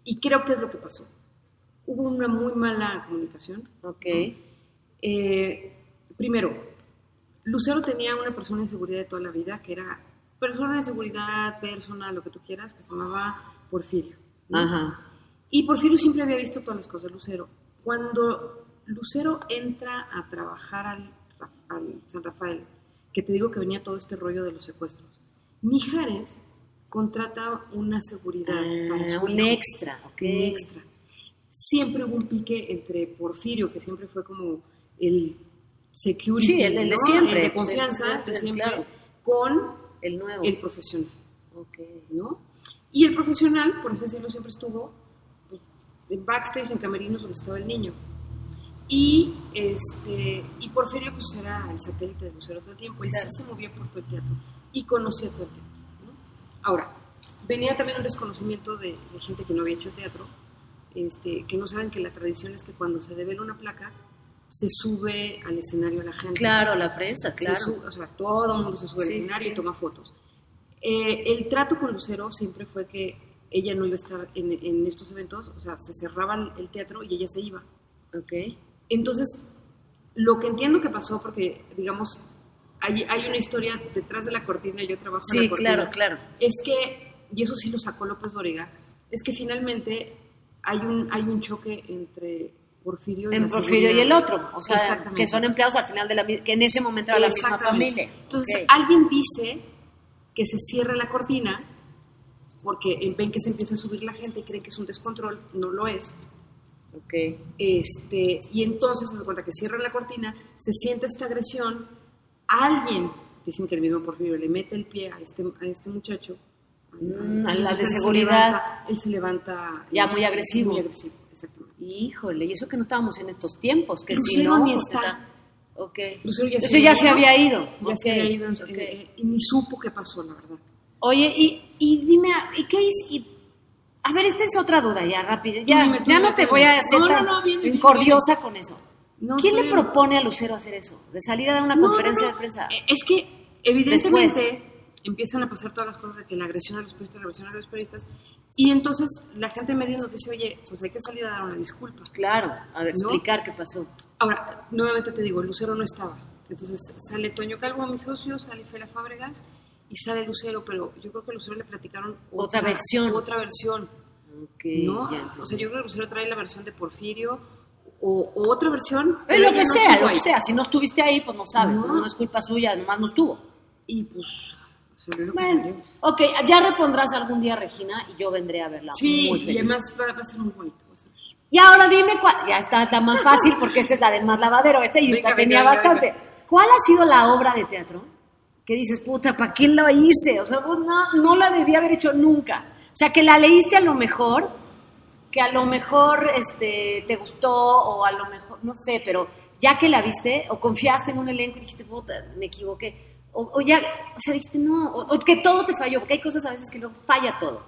S4: Y creo que es lo que pasó. Hubo una muy mala comunicación.
S3: Ok.
S4: Eh, primero, Lucero tenía una persona de seguridad de toda la vida, que era persona de seguridad, persona, lo que tú quieras, que se llamaba Porfirio. ¿no?
S3: Ajá.
S4: Y Porfirio siempre había visto todas las cosas de Lucero. Cuando Lucero entra a trabajar al, Ra- al San Rafael, que te digo que venía todo este rollo de los secuestros, Mijares contrata una seguridad para
S3: Ah,
S4: su
S3: un
S4: hijo,
S3: extra, ok.
S4: un extra. Siempre hubo un pique entre Porfirio, que siempre fue como el security,
S3: Sí, el- el de
S4: ¿no?
S3: siempre,
S4: de
S3: pues, el-
S4: confianza, de
S3: el-
S4: siempre,
S3: claro.
S4: con
S3: El nuevo.
S4: el profesional.
S3: Ok.
S4: ¿no? Y el profesional, por así decirlo, siempre estuvo pues, en backstage, en camerinos donde estaba el niño. Y, este, y Porfirio pues era el satélite de Lucero todo el tiempo, él sí se movía por todo el teatro y conocía todo el teatro. ¿no? Ahora, venía también un desconocimiento de, de gente que no había hecho teatro, este, que no saben que la tradición es que cuando se devela una placa, se sube al escenario la gente.
S3: Claro, la prensa,
S4: Se
S3: claro.
S4: sube, o sea, todo el mundo se sube al
S3: Sí, sí,
S4: escenario
S3: sí.
S4: y toma fotos. Eh, el trato con Lucero siempre fue que ella no iba a estar en, en estos eventos, o sea, se cerraban el teatro y ella se iba.
S3: Ok.
S4: Entonces, lo que entiendo que pasó, porque, digamos, hay, hay una historia detrás de la cortina, yo trabajo en
S3: Sí,
S4: la cortina.
S3: claro, claro.
S4: Es que, y eso sí lo sacó López Doriga, es que finalmente hay un, hay un choque entre Porfirio y
S3: En
S4: la
S3: Porfirio y
S4: segunda-
S3: el otro, o sea,
S4: Exactamente.
S3: que son empleados al final de la mi- que en ese momento era la misma
S4: Exactamente.
S3: familia.
S4: Entonces,
S3: Ok.
S4: alguien dice que se cierra la cortina porque ven que se empieza a subir la gente y creen que es un descontrol, no lo es.
S3: Ok.
S4: Este, y entonces se da cuenta que cierran la cortina, se siente esta agresión, alguien, dicen que el mismo Porfirio le mete el pie a este, a este muchacho,
S3: Mm, a la de
S4: Él se
S3: seguridad.
S4: levanta- él se levanta
S3: Ya muy agresivo.
S4: Muy agresivo, exactamente.
S3: Híjole, y eso que no estábamos en estos tiempos, que si
S4: Lucero
S3: no.
S4: ni
S3: pues,
S4: está.
S3: Ok.
S4: Lucero
S3: Entonces ya se había ido.
S4: Ya se
S3: Ok,
S4: había ido, en-
S3: ok.
S4: eh, y ni supo qué pasó, la verdad.
S3: Oye, y, y dime, ¿y qué hice? Y- a ver, esta es otra duda, ya rápido. Ya,
S4: Dime, tú
S3: ya
S4: dime,
S3: no te
S4: tú
S3: voy
S4: dime.
S3: a hacer
S4: No, no,
S3: tan
S4: no, viene, viene,
S3: encordiosa con eso.
S4: No
S3: ¿Quién
S4: sé.
S3: le propone a Lucero hacer eso? De salir a dar una
S4: No,
S3: conferencia
S4: no, no.
S3: de prensa.
S4: Eh, Es que, evidentemente,
S3: Después.
S4: empiezan a pasar todas las cosas de que la agresión a los periodistas, la agresión a los periodistas, y entonces la gente media nos dice, oye, pues hay que salir a dar una disculpa.
S3: Claro, a ver,
S4: No.
S3: explicar qué pasó.
S4: Ahora, nuevamente te digo, Lucero no estaba. Entonces sale Toño Calvo, mi socio, sale Fela Fábregas y sale Lucero, pero yo creo que a Lucero le platicaron
S3: Otra versión.
S4: Otra versión.
S3: Ok,
S4: ¿no?
S3: ya entendí.
S4: o sea, yo creo que Lucero trae la versión de Porfirio o, o otra versión.
S3: Es
S4: pero
S3: lo
S4: ella
S3: que
S4: no
S3: sea,
S4: estuvo
S3: lo que
S4: ahí.
S3: sea. Si no estuviste ahí, pues no sabes, ¿no?
S4: No.
S3: No es culpa suya, nomás no estuvo.
S4: Y pues, salió lo que
S3: Bueno,
S4: salió.
S3: ok, ya repondrás algún día, Regina, y yo vendré a verla.
S4: Sí,
S3: muy feliz.
S4: y además va, va a ser muy bonito. va a ser.
S3: Y ahora dime cuál. Ya está, está más fácil porque esta es la de más lavadero, esta y esta
S4: Venga,
S3: tenía
S4: venga, venga,
S3: bastante. ¿Cuál ha sido la obra de teatro que dices, puta, ¿para qué lo hice? O sea, pues, no, no la debía haber hecho nunca. O sea, que la leíste a lo mejor, que a lo mejor este, te gustó o a lo mejor, no sé, pero ya que la viste o confiaste en un elenco y dijiste, puta, me equivoqué. O, o ya, o sea, dijiste, no, o, o que todo te falló, porque hay cosas a veces que no falla todo.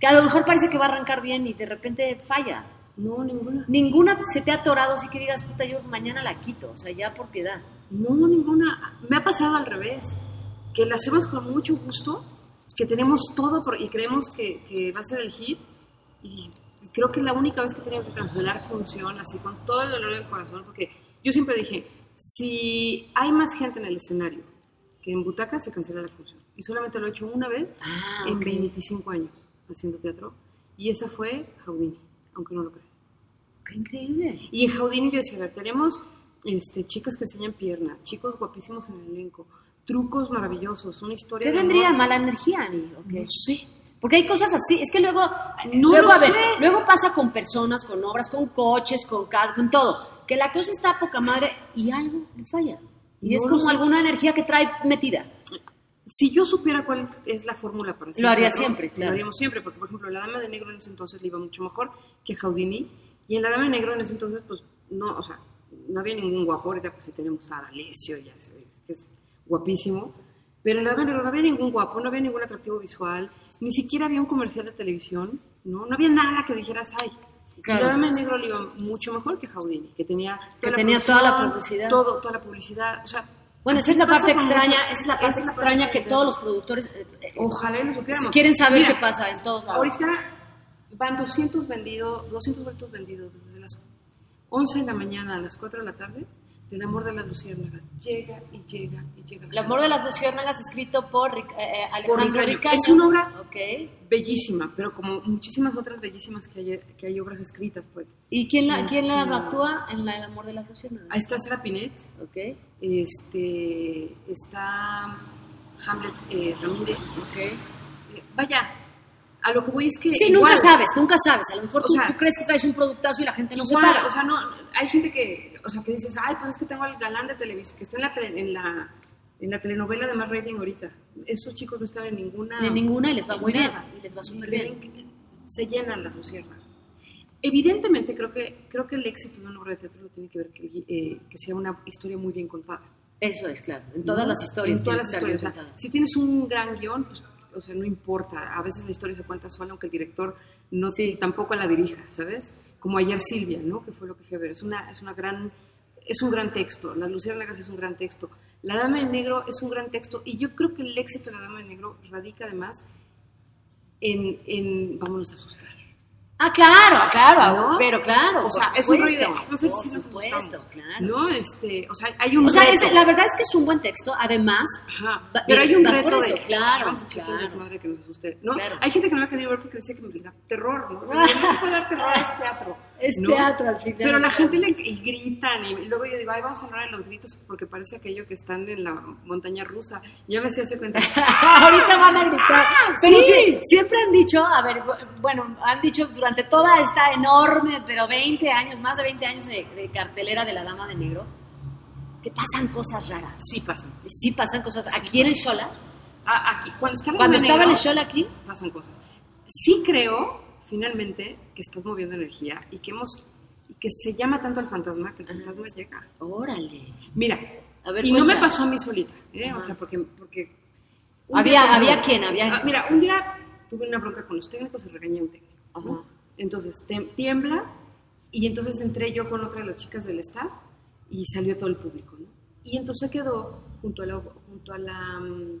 S3: Que a lo mejor parece que va a arrancar bien y de repente falla.
S4: No, ninguna.
S3: Ninguna se te ha atorado así que digas, puta, yo mañana la quito, o sea, ya por piedad.
S4: No, ninguna. Me ha pasado al revés, que la hacemos con mucho gusto, que tenemos todo por- y creemos que, que va a ser el hit. Y creo que la única vez que tenía que cancelar función, así con todo el dolor del corazón, porque yo siempre dije, si hay más gente en el escenario que en butaca, se cancela la función. Y solamente lo he hecho una vez
S3: Ah,
S4: en
S3: ok.
S4: 25 años haciendo teatro. Y esa fue Houdini, aunque no lo creas.
S3: ¡Qué increíble!
S4: Y en Jaudini yo decía, a ver, tenemos este, chicas que enseñan pierna, chicos guapísimos en el elenco, trucos maravillosos, una historia...
S3: ¿Qué
S4: de amor.
S3: vendría? ¿Mala energía, Ani? ¿O qué?
S4: No sé.
S3: Porque hay cosas así, es que luego,
S4: No
S3: luego,
S4: lo
S3: a ver,
S4: sé.
S3: luego pasa con personas, con obras, con coches, con casas, con todo, que la cosa está a poca madre y algo le falla. Y
S4: No
S3: es
S4: lo
S3: como
S4: sé.
S3: alguna energía que trae metida.
S4: Si yo supiera cuál es la fórmula para hacer
S3: Lo haría
S4: teatro,
S3: siempre, claro.
S4: Lo haríamos siempre, porque por ejemplo, la Dama de Negro en ese entonces le iba mucho mejor que Jaudini, y en la Dama de Negro en ese entonces, pues, no, o sea, no había ningún guapo, ahorita pues sí tenemos a D'Alessio, ya sé, que es guapísimo, pero en la Dama de Negro no había ningún guapo, no había ningún atractivo visual, ni siquiera había un comercial de televisión, no, no había nada que dijeras, ay.
S3: Claro.
S4: La Dama de Negro le iba mucho mejor que Jaudini, que tenía toda,
S3: Que
S4: la,
S3: tenía
S4: producción,
S3: toda la publicidad.
S4: Todo, toda la publicidad, o sea...
S3: Bueno, esa
S4: así
S3: es la
S4: pasa
S3: parte
S4: con
S3: extraña,
S4: muchas-
S3: esa es la parte
S4: esa
S3: extraña que
S4: extraña.
S3: todos los productores eh, eh,
S4: Ojalá y lo supiéramos.
S3: quieren saber
S4: Mira,
S3: qué pasa en todos lados.
S4: Ahorita van 200 vendidos, 200 vueltos vendidos desde las 11 de la mañana a las 4 de la tarde del amor de las luciérnagas. Llega y llega y llega.
S3: El amor de las luciérnagas escrito por Ric- eh, eh,
S4: Por
S3: Alejandro
S4: Ricardo.
S3: Ricaño.
S4: Es una obra
S3: Ok.
S4: bellísima, pero como muchísimas otras bellísimas que hay, que hay obras escritas, pues.
S3: ¿Y quién la, quién la
S4: Este-
S3: actúa en la, El amor de las
S4: Ahí
S3: luciérnagas?
S4: está Sara Pinet,
S3: Ok.
S4: este, está Hamlet eh, Ramírez.
S3: Ok.
S4: Eh, vaya, a lo que voy es que.
S3: Sí, nunca
S4: igual-
S3: sabes, nunca sabes. A lo mejor
S4: O
S3: tú,
S4: sea,
S3: tú crees que traes un productazo y la gente no se
S4: Igual,
S3: para.
S4: o sea, no, hay gente que, o sea, que dices, ay, pues es que tengo al galán de televisión, que está en la, tele- en la, en la telenovela de más rating ahorita. Estos chicos no están en ninguna.
S3: En ninguna y les va muy
S4: en
S3: bien,
S4: nada.
S3: y les va súper
S4: Y tienen que- Se llenan las luciérnagas. Evidentemente, creo que, creo que el éxito de una obra de teatro lo tiene que ver que, el gui- eh, que sea una historia muy bien contada.
S3: Eso es, claro. En todas
S4: ¿no?
S3: las historias.
S4: En todas las
S3: tiene que estar bien
S4: historias. o sea,
S3: contada.
S4: si tienes un gran guión, pues, o sea, no importa. A veces la historia se cuenta sola, aunque el director no
S3: Sí.
S4: tampoco la dirija, ¿sabes? Como ayer Silvia, ¿no? Que fue lo que fui a ver. Es, una, es, una gran, es un gran texto. Las Luciérnagas es un gran texto. La Dama de Negro es un gran texto. Y yo creo que el éxito de La Dama de Negro radica además en, en vámonos a asustar.
S3: Ah, claro, claro.
S4: ¿no?
S3: Ah, Pero claro.
S4: O
S3: por
S4: sea, es un rollo de,
S3: supuesto,
S4: "Ay, vamos a ver
S3: por
S4: si nos
S3: supuesto,
S4: asustamos",
S3: claro.
S4: ¿No? Este, o sea, hay un
S3: O sea, es-
S4: reto.
S3: la verdad es que es un buen texto. Además,
S4: Ajá.
S3: va- eh,
S4: Pero hay un
S3: vas
S4: reto
S3: por eso,
S4: de,
S3: claro.
S4: Vamos a echar
S3: claro.
S4: madre que nos asuste. ¿no?
S3: Claro.
S4: Hay gente que no la ha querido ver porque dice que me da terror, ¿no? No me puede dar terror, es teatro.
S3: Es
S4: ¿no?
S3: teatro, al final.
S4: Pero la gente le y gritan y luego yo digo, ay, vamos a hablar de los gritos porque parece aquello que están en la montaña rusa. Ya me hacía hacer cuenta.
S3: Ahorita van a gritar.
S4: Ah,
S3: Pero
S4: sí.
S3: sí, siempre han dicho, a ver, bu- bueno, han dicho durante toda esta enorme, pero 20 años, más de 20 años de, de cartelera de la Dama de Negro, que pasan cosas raras.
S4: Sí pasan.
S3: Sí pasan cosas. Aquí en el Shola,
S4: Ah, aquí, cuando estaba,
S3: cuando
S4: en
S3: estaba en
S4: negro,
S3: el Shola aquí,
S4: pasan cosas. Sí creo, finalmente, que estás moviendo energía y que hemos y que se llama tanto al fantasma que el fantasma llega.
S3: órale.
S4: Mira,
S3: A ver,
S4: y no
S3: cuenta.
S4: me pasó a mí solita, ¿eh? O sea, porque... porque un
S3: Había-
S4: día
S3: había quien, había-
S4: Ah, mira, un día tuve una bronca con los técnicos y regañé a un técnico. ¿no? Entonces, tem- tiembla y entonces entré yo con otra de las chicas del staff y salió todo el público, ¿no? Y entonces quedó junto a la... Junto a la mm,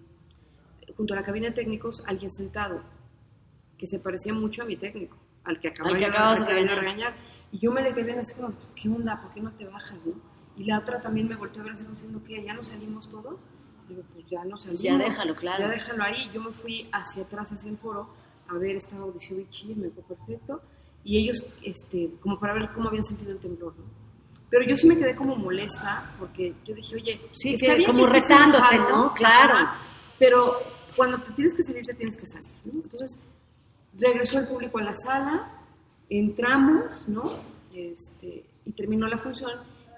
S4: junto a la cabina de técnicos alguien sentado que se parecía mucho a mi técnico, al que acababa
S3: Al que
S4: yo de-
S3: acabas de
S4: al que venía a
S3: regañar.
S4: regañar. Y yo me le quedé así como, pues, ¿qué onda? ¿Por qué no te bajas? no? Y la otra también me volteó a ver así como diciendo, ¿qué? ¿Ya no salimos todos? Y digo, pues ya no salimos.
S3: ya déjalo, claro.
S4: Ya déjalo ahí. Yo me fui hacia atrás, hacia el foro, a ver, estaba audición y chill, me fue perfecto. Y ellos, este, como para ver cómo habían sentido el temblor, ¿no? Pero yo sí me quedé como molesta porque yo dije, oye,
S3: Sí,
S4: está
S3: que-
S4: bien
S3: como
S4: estés
S3: retándote,
S4: enojado,
S3: ¿no? Claro.
S4: ajá, Pero cuando te tienes que salir, te tienes que salir, ¿no? Entonces, regresó el público a la sala, entramos, ¿no? Este, y terminó la función.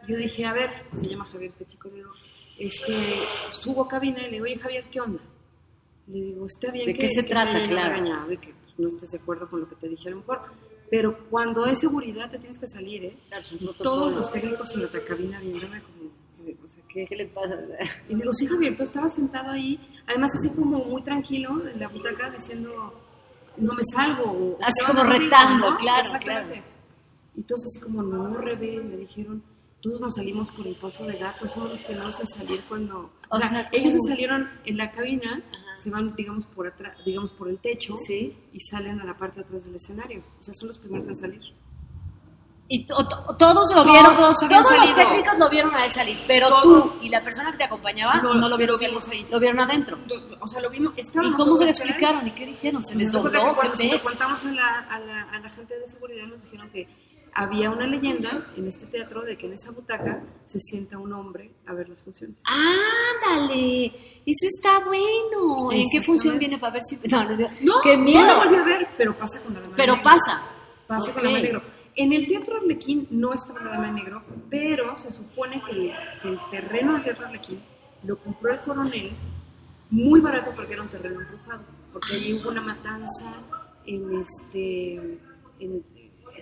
S4: Yo dije, a ver, se llama Javier este chico, le digo, este, subo a cabina y le digo, oye Javier, ¿qué onda? Le digo, está bien
S3: ¿De
S4: que,
S3: qué se
S4: que
S3: trata,
S4: te hayan
S3: claro?
S4: regañado y que pues, no estés de acuerdo con lo que te dije a lo mejor, pero cuando es seguridad te tienes que salir, ¿eh?
S3: Claro, es un
S4: Y
S3: protocolo.
S4: todos los técnicos en la cabina viéndome como, eh, o sea, ¿qué,
S3: ¿Qué le pasa?
S4: Y le digo, sí, Javier, tú estabas sentado ahí, además así como muy tranquilo en la butaca diciendo, no me salgo. o- o
S3: Así
S4: te van
S3: como
S4: a dar ruido,
S3: retando, claro,
S4: Exactamente.
S3: claro.
S4: Y todos así como, no, Rebe, me dijeron, todos nos salimos por el paso de gato, somos los primeros en salir cuando... O,
S3: O
S4: sea,
S3: sea,
S4: ellos se
S3: ¿cómo?
S4: salieron en la cabina,
S3: Ajá.
S4: se van, digamos, por atrás, digamos, por el techo
S3: Sí.
S4: y salen a la parte de atrás del escenario. O sea, son los primeros en salir.
S3: Y to- to- todos lo vieron, todos,
S4: Todos habían
S3: los
S4: salido.
S3: técnicos lo vieron a él salir, pero
S4: Todos.
S3: tú y la persona que te acompañaba no,
S4: No,
S3: lo vieron
S4: lo vimos
S3: salir,
S4: ahí.
S3: lo vieron adentro.
S4: Lo- O sea, lo vimos,
S3: ¿Y
S4: estábamos
S3: cómo se lo
S4: todos afuera.
S3: explicaron? ¿Y qué dijeron? ¿Se
S4: Nos
S3: les
S4: dimos cuenta
S3: dobló?
S4: que
S3: Pues ¿Qué
S4: cuando se lo
S3: pez?
S4: contamos a la, a, la, a la gente de seguridad nos dijeron que había una leyenda en este teatro de que en esa butaca se sienta un hombre a ver las funciones.
S3: Ah, ¡Ándale! Eso está bueno. ¿En qué función
S4: Exactamente.
S3: viene para ver si.? No, no, sé.
S4: No,
S3: ¡Qué miedo!
S4: no la volví a ver, pero pasa con la dama de
S3: Pero
S4: negro.
S3: pasa.
S4: Pasa con la
S3: Ok.
S4: dama de negro. En el Teatro Arlequín no estaba la dama de negro, pero se supone que el, que el terreno del Teatro Arlequín lo compró el coronel muy barato porque era un terreno embrujado, porque allí hubo una matanza en este, en,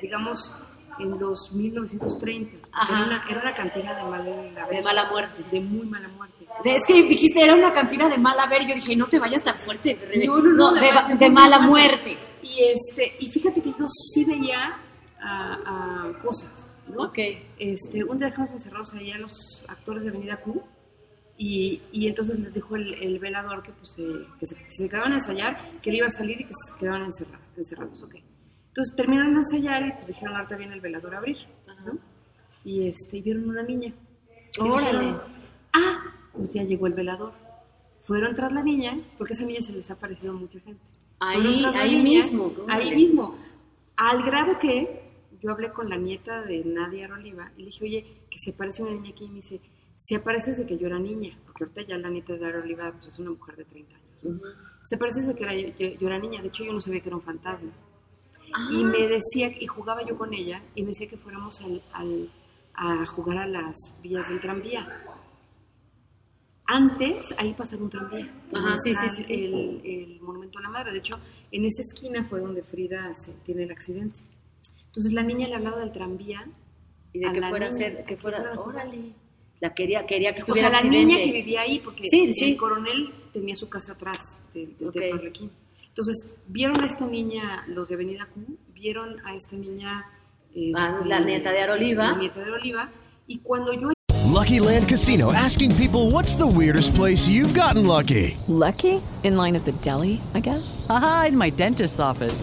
S4: digamos, en los 1930.
S3: Ajá.
S4: Era una, era una cantina de mala,
S3: De mala muerte.
S4: De muy mala muerte.
S3: Es que dijiste, era una cantina de mala ver. Yo dije, no te vayas tan fuerte, Rebe.
S4: No, no, no,
S3: de,
S4: ma-
S3: de
S4: muy
S3: mala muerte.
S4: Y este, y fíjate que yo sí veía a, a cosas, ¿no?
S3: Ok.
S4: Este, un día dejamos encerrados ahí a los actores de Avenida Q y, y entonces les dijo el, el velador que, pues, eh, que, se, que se quedaban a ensayar, que él iba a salir y que se quedaban encerra- encerrados, ok. Entonces terminaron de ensayar y pues dijeron, ahorita viene el velador a abrir, ¿no? Y, este, y vieron una niña. Y
S3: Órale.
S4: dijeron, ah, pues ya llegó el velador. Fueron tras la niña, porque a esa niña se les ha parecido mucha gente.
S3: Ahí-
S4: Fueron tras la
S3: ahí
S4: niña,
S3: mismo, órale.
S4: Ahí mismo. Al grado que yo hablé con la nieta de Nadia Oliva y le dije, oye, que se parece una niña aquí. Y me dice, se aparece desde que yo era niña, porque ahorita ya la nieta de Nadia Oliva pues, es una mujer de 30 años. Se parece desde que era- yo, yo era niña. De hecho, yo no sabía que era un fantasma. Y
S3: Ah.
S4: me decía, y jugaba yo con ella, y me decía que fuéramos al- al- a jugar a las vías del tranvía antes ahí pasaba un tranvía.
S3: Ajá, sí, sí,
S4: Está
S3: sí, sí.
S4: El, el Monumento a la Madre. De hecho, en esa esquina fue donde Frida se- tiene el accidente. Entonces la niña le hablaba del tranvía.
S3: Y de
S4: a
S3: que
S4: la
S3: fuera a
S4: niña,
S3: ser- que
S4: a
S3: fuera-
S4: fuera-
S3: órale. Pues La quería, quería que
S4: O
S3: tuviera
S4: sea, la
S3: accidente.
S4: niña que vivía ahí, porque
S3: Sí, sí.
S4: el coronel tenía su casa atrás del, del
S3: Ok.
S4: Teatro Arlequín. Entonces, vieron a esta niña, los de Avenida Q, vieron a esta niña. este,
S3: Ah, la nieta de Aroliva.
S4: La nieta de Oliva. Y cuando yo
S5: Lucky Land Casino asking people what's the weirdest place you've gotten lucky?
S6: Lucky? In line at the deli, I guess?
S7: Aha, in my dentist's office.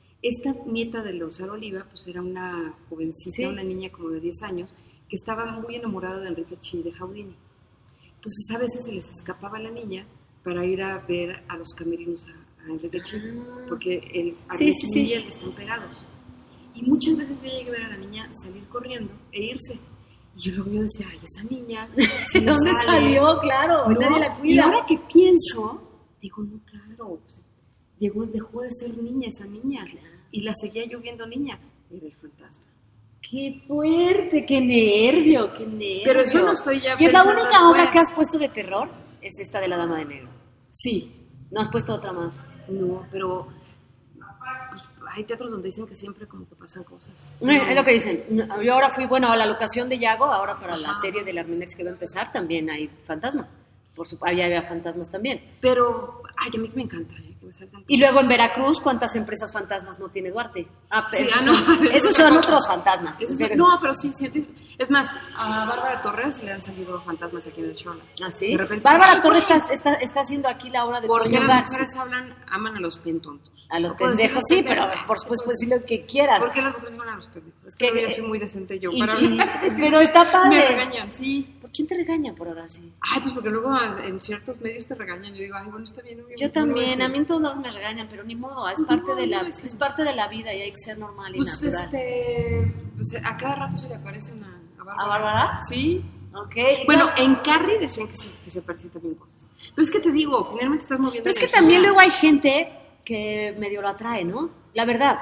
S4: esta nieta de los Oliva, pues era una jovencita,
S3: Sí.
S4: una niña como de 10 años, que estaba muy enamorada de Enrique Chi y de Jaudini. Entonces a veces se les escapaba la niña para ir a ver a los camerinos a, a Enrique Chi, porque el
S3: Sí, sí,
S4: Arlequín
S3: sí.
S4: y él están pegados. Y muchas veces yo llegué a ver a la niña salir corriendo e irse. Y yo luego yo decía, ay, esa niña. si
S3: ¿De
S4: no
S3: dónde
S4: sale,
S3: salió? Claro,
S4: ¿no?
S3: nadie la cuida.
S4: Y ahora que pienso, digo, no, claro, pues, llegó, dejó de ser niña esa niña. Y la seguía yo viendo niña. Era el fantasma.
S3: ¡Qué fuerte! ¡Qué nervio! ¡Qué nervio!
S4: Pero eso no estoy ya
S3: ¿Y es la
S4: pensando pues.
S3: única obra
S4: después.
S3: que has puesto de terror? Es esta de la Dama de Negro.
S4: Sí,
S3: No has puesto otra más.
S4: no, pero pues, hay teatros donde dicen que siempre como que pasan cosas.
S3: No, es lo que dicen. No, Yo ahora fui, bueno, a la locación de Yago, ahora para la serie de la Arminex que va a empezar también hay fantasmas. Por supuesto, había, había fantasmas también.
S4: Pero, ay, a mí que me encanta, eh, que me salgan
S3: Y luego en Veracruz, ¿cuántas empresas fantasmas no tiene Duarte? Ah,
S4: Sí,
S3: pero esos,
S4: ah, no,
S3: son,
S4: es
S3: esos
S4: otra
S3: son
S4: cosa.
S3: otros fantasmas.
S4: Esos son-
S3: Pero-
S4: no, pero sí, sí, sí. Es más, a Bárbara Torres le han salido fantasmas aquí en el show.
S3: ¿Ah, sí?
S4: De repente,
S3: Bárbara
S4: ay,
S3: Torres
S4: güey,
S3: está, está, está haciendo aquí la obra de
S4: Porque
S3: Toño
S4: las
S3: Garza.
S4: mujeres hablan, aman a los pentontos.
S3: A los pendejos, sí, pero por supuesto, pues sí lo que quieras.
S4: ¿Por qué las mujeres aman a los pendejos? Es
S3: Que- eh,
S4: que luego yo soy muy decente yo.
S3: y-
S4: para
S3: y-
S4: hablar.
S3: pero está padre.
S4: Me regañan, sí.
S3: ¿Por quién te regaña por ahora sí?
S4: Ay, pues porque luego en ciertos medios te regañan. Yo digo, ay, bueno, está bien. no,
S3: Yo
S4: no lo voy
S3: también, a mí
S4: decir.
S3: en todos lados me regañan, pero ni modo, es
S4: No,
S3: parte de la
S4: no, sí.
S3: es parte de la vida y hay que ser normal y
S4: Pues
S3: natural.
S4: este. Pues, a cada rato se le aparecen a, a Bárbara.
S3: ¿A Bárbara?
S4: Sí.
S3: Ok.
S4: Bueno,
S3: no,
S4: en Carrie decían que se, que se parecían también cosas. Pero es que te digo, finalmente estás moviendo.
S3: pero es que
S4: energía.
S3: también luego hay gente que medio lo atrae, ¿no? La verdad.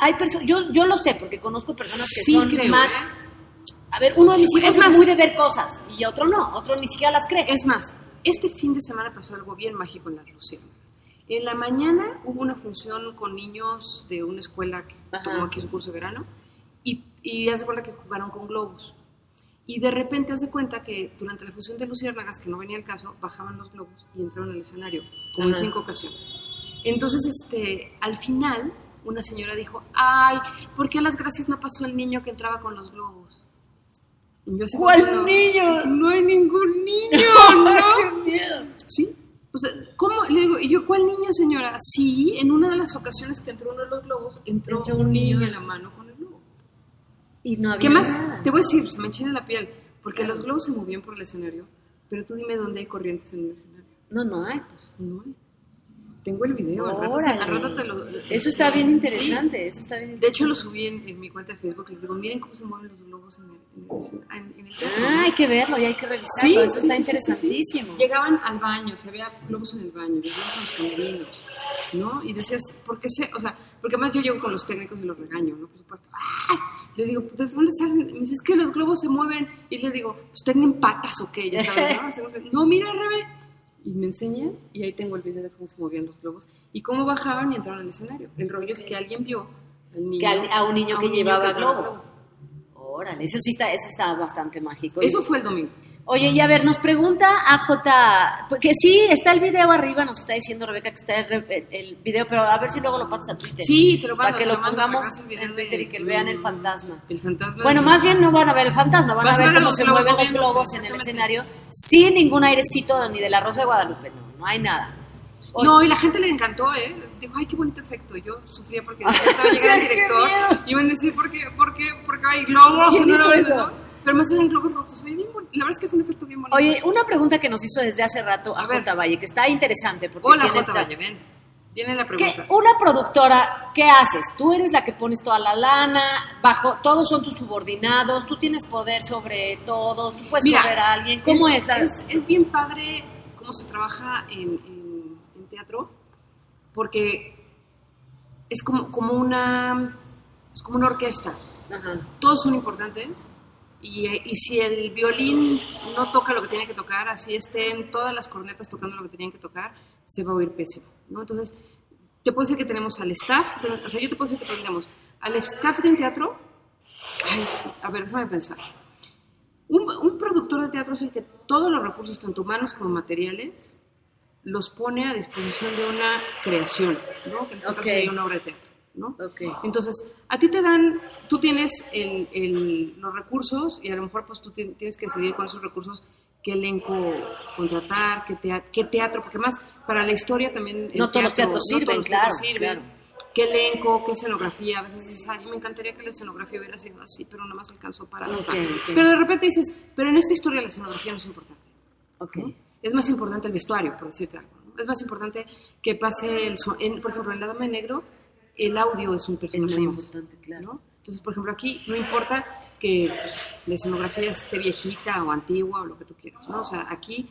S3: Hay personas, yo, yo lo sé, porque conozco personas que
S4: Sí,
S3: son
S4: creo,
S3: más.
S4: ¿eh?
S3: A ver, uno de mis hijos
S4: Es
S3: es,
S4: más-
S3: muy de ver cosas y otro no, otro ni siquiera las cree.
S4: Es más, este fin de semana pasó algo bien mágico en las luciérnagas. En la mañana hubo una función con niños de una escuela que
S3: Ajá.
S4: tomó aquí su curso de verano y, y hace cuenta que jugaron con globos. Y de repente hace cuenta que durante la función de luciérnagas, que no venía el caso, bajaban los globos y entraron al escenario, como en
S3: Ajá.
S4: cinco ocasiones. Entonces, este, al final, una señora dijo, ay, ¿por qué a las gracias no pasó el niño que entraba con los globos? Y yo así
S3: ¿Cuál
S4: pensando,
S3: niño?
S4: No hay ningún niño,
S3: ¡Qué
S4: ¿no?
S3: miedo!
S4: ¿Sí? O sea, ¿cómo? Le digo, ¿y yo cuál niño, señora? Sí, en una de las ocasiones que entró uno de los globos, entró,
S3: Entró
S4: un
S3: un niño.
S4: niño de la mano con el globo.
S3: Y no había
S4: ¿Qué más?
S3: nada.
S4: Te voy a decir, se me enchina la piel, porque los globos se movían por el escenario, pero tú dime dónde hay corrientes en un escenario.
S3: No, no hay, pues.
S4: No hay. Tengo el video, al rato,
S3: Órale.
S4: al rato te lo...
S3: Eso está bien
S4: Sí.
S3: interesante, eso está bien
S4: De hecho, lo subí en, en mi cuenta de Facebook, les digo, miren cómo se mueven los globos en el, en el- en- en el teatro.
S3: Ah, hay que verlo y hay que revisarlo. eso está
S4: sí, sí, sí, sí.
S3: interesantísimo.
S4: Llegaban al baño, se veía globos en el baño, había globos en los camerinos, ¿no? Y decías, ¿por qué se...? O sea, porque además yo llego con los técnicos y los regaño, ¿no? Por supuesto. ¡Ay! Le digo, ¿de dónde salen? Me dice, es que los globos se mueven. Y le digo, pues tienen patas o qué, ya sabes, ¿no? Hacemos el, no, mira, al revés. Y me enseñan, y ahí tengo el video de cómo se movían los globos y cómo bajaban y entraron al escenario. El rollo es que alguien vio al niño-
S3: Que al- a un niño que llevaba
S4: entraba
S3: globo. Órale, eso sí está, eso está bastante mágico.
S4: Eso fue el domingo.
S3: Oye, y a ver, nos pregunta AJ, porque sí, está el video arriba, nos está diciendo Rebeca que está el, re- el video, pero a ver si luego lo pasas a Twitter.
S4: Sí, te lo mando.
S3: Para que
S4: te
S3: lo
S4: mando
S3: pongamos
S4: hagas el video
S3: en
S4: de-
S3: Twitter y que vean el fantasma.
S4: El fantasma.
S3: Bueno,
S4: de-
S3: más bien no van a ver el fantasma, van a
S4: Vas
S3: ver cómo
S4: los
S3: se
S4: globos
S3: mueven los
S4: moviéndose,
S3: globos en el
S4: exactamente.
S3: escenario sin ningún airecito ni de la Rosa de Guadalupe, no, no hay nada.
S4: No, y la gente le encantó, ¿eh? Dijo, ay, qué bonito efecto. Yo sufría porque decía, estaba llegando el
S3: Qué
S4: director
S3: miedo.
S4: y iban a decir, ¿por qué? ¿Por qué? ¿Por qué hay globos?
S3: ¿Quién
S4: Y no
S3: hizo
S4: lo ves,
S3: eso?
S4: ¿no? Pero más eran globos rojos. Oye, bien boni- La verdad es que fue un efecto bien bonito.
S3: Oye, una pregunta que nos hizo desde hace rato a
S4: A ver.
S3: J. Valle, que está interesante porque
S4: Hola,
S3: tiene
S4: Jota,
S3: ta-
S4: vaya, ven. Viene la
S3: ¿Qué-
S4: pregunta.
S3: una productora, ¿qué haces? Tú eres la que pones toda la lana, bajo, todos son tus subordinados, tú tienes poder sobre todos, tú puedes
S4: Mira,
S3: mover a alguien. ¿Cómo es? la-
S4: Es, es bien padre cómo se trabaja en, en- en teatro, porque es como, como, una, es como una orquesta.
S3: Ajá.
S4: todos son importantes y, eh, y si el violín no toca lo que tiene que tocar, así estén todas las cornetas tocando lo que tenían que tocar, se va a oír pésimo, ¿no? Entonces, te puedo decir que tenemos al staff, de- o sea, yo te puedo decir que tenemos al staff de un teatro, ay, a ver, déjame pensar. Un, un productor de teatro es el que todos los recursos, tanto humanos como materiales, los pone a disposición de una creación, ¿no? Que en este
S3: Ok.
S4: caso sería una obra de teatro, ¿no?
S3: Ok.
S4: Entonces, a ti te dan, tú tienes el- el- los recursos y a lo mejor pues tú ti- tienes que decidir con esos recursos qué elenco contratar, qué, tea- qué teatro, porque más para la historia también... el
S3: No todos los teatros sirven, claro,
S4: Qué elenco, qué escenografía. A veces dices, ay, me encantaría que la escenografía hubiera sido así, pero nada más alcanzó para...
S3: Ok,
S4: acá".
S3: ok.
S4: Pero de repente dices, pero en esta historia la escenografía no es importante.
S3: Ok.
S4: ¿no? Es más importante el vestuario, por decirte algo. ¿no? Es más importante que pase el so- en- por ejemplo, en La Dama de Negro, el audio es un personaje
S3: muy
S4: más,
S3: importante, claro.
S4: ¿no? Entonces, por ejemplo, aquí no importa que pues, la escenografía esté viejita o antigua o lo que tú quieras, ¿no? O sea, aquí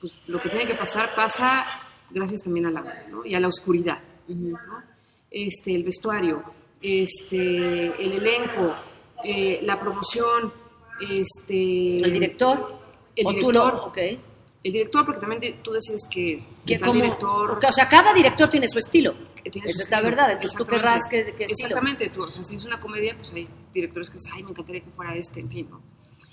S4: pues, lo que tiene que pasar pasa gracias también al audio ¿no? y a la oscuridad, ¿no? Este, el vestuario, este, el elenco, eh, la promoción, este...
S3: ¿El director?
S4: El
S3: ¿O tú
S4: director.
S3: lo- ok.
S4: El director, porque también de- tú decides que
S3: ¿Qué-
S4: que tal
S3: cómo-
S4: director
S3: o sea, cada director tiene su estilo.
S4: que tiene
S3: Eso
S4: su
S3: está
S4: estilo.
S3: verdad. Entonces tú
S4: Exactamente.
S3: querrás que, que estilo.
S4: Exactamente, tú, o sea, si es una comedia, pues hay directores que dicen, ay, me encantaría que fuera este, en fin, ¿no?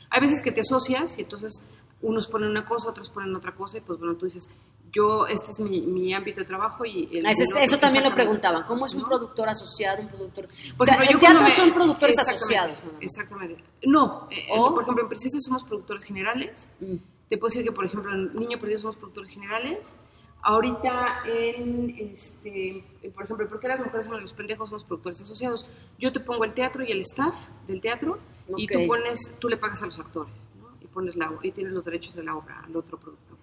S4: Hay veces que te asocias y entonces unos ponen una cosa, otros ponen otra cosa, y pues bueno, tú dices, yo, este es mi, mi ámbito de trabajo y... el-
S3: Ah, ese-
S4: el otro-
S3: eso también lo
S4: exactamente.
S3: preguntaban. ¿Cómo es un
S4: ¿No?
S3: productor asociado, un productor?
S4: Por
S3: o sea,
S4: ejemplo, yo
S3: en teatro
S4: cuando me-
S3: son productores
S4: Exactamente,
S3: asociados. nada más.
S4: Exactamente. No, eh, eh,
S3: ¿O? Mm.
S4: por ejemplo, en Princesa somos productores generales. Te puedo decir que, por ejemplo, en Niño Perdido somos productores generales. Ahorita en, este, en, por ejemplo, ¿por qué las mujeres somos los pendejos? Somos productores asociados. Yo te pongo el teatro y el staff del teatro y
S3: Ok.
S4: tú pones, tú le pagas a los actores, ¿no? Y pones la, y tienes los derechos de la obra al otro productor.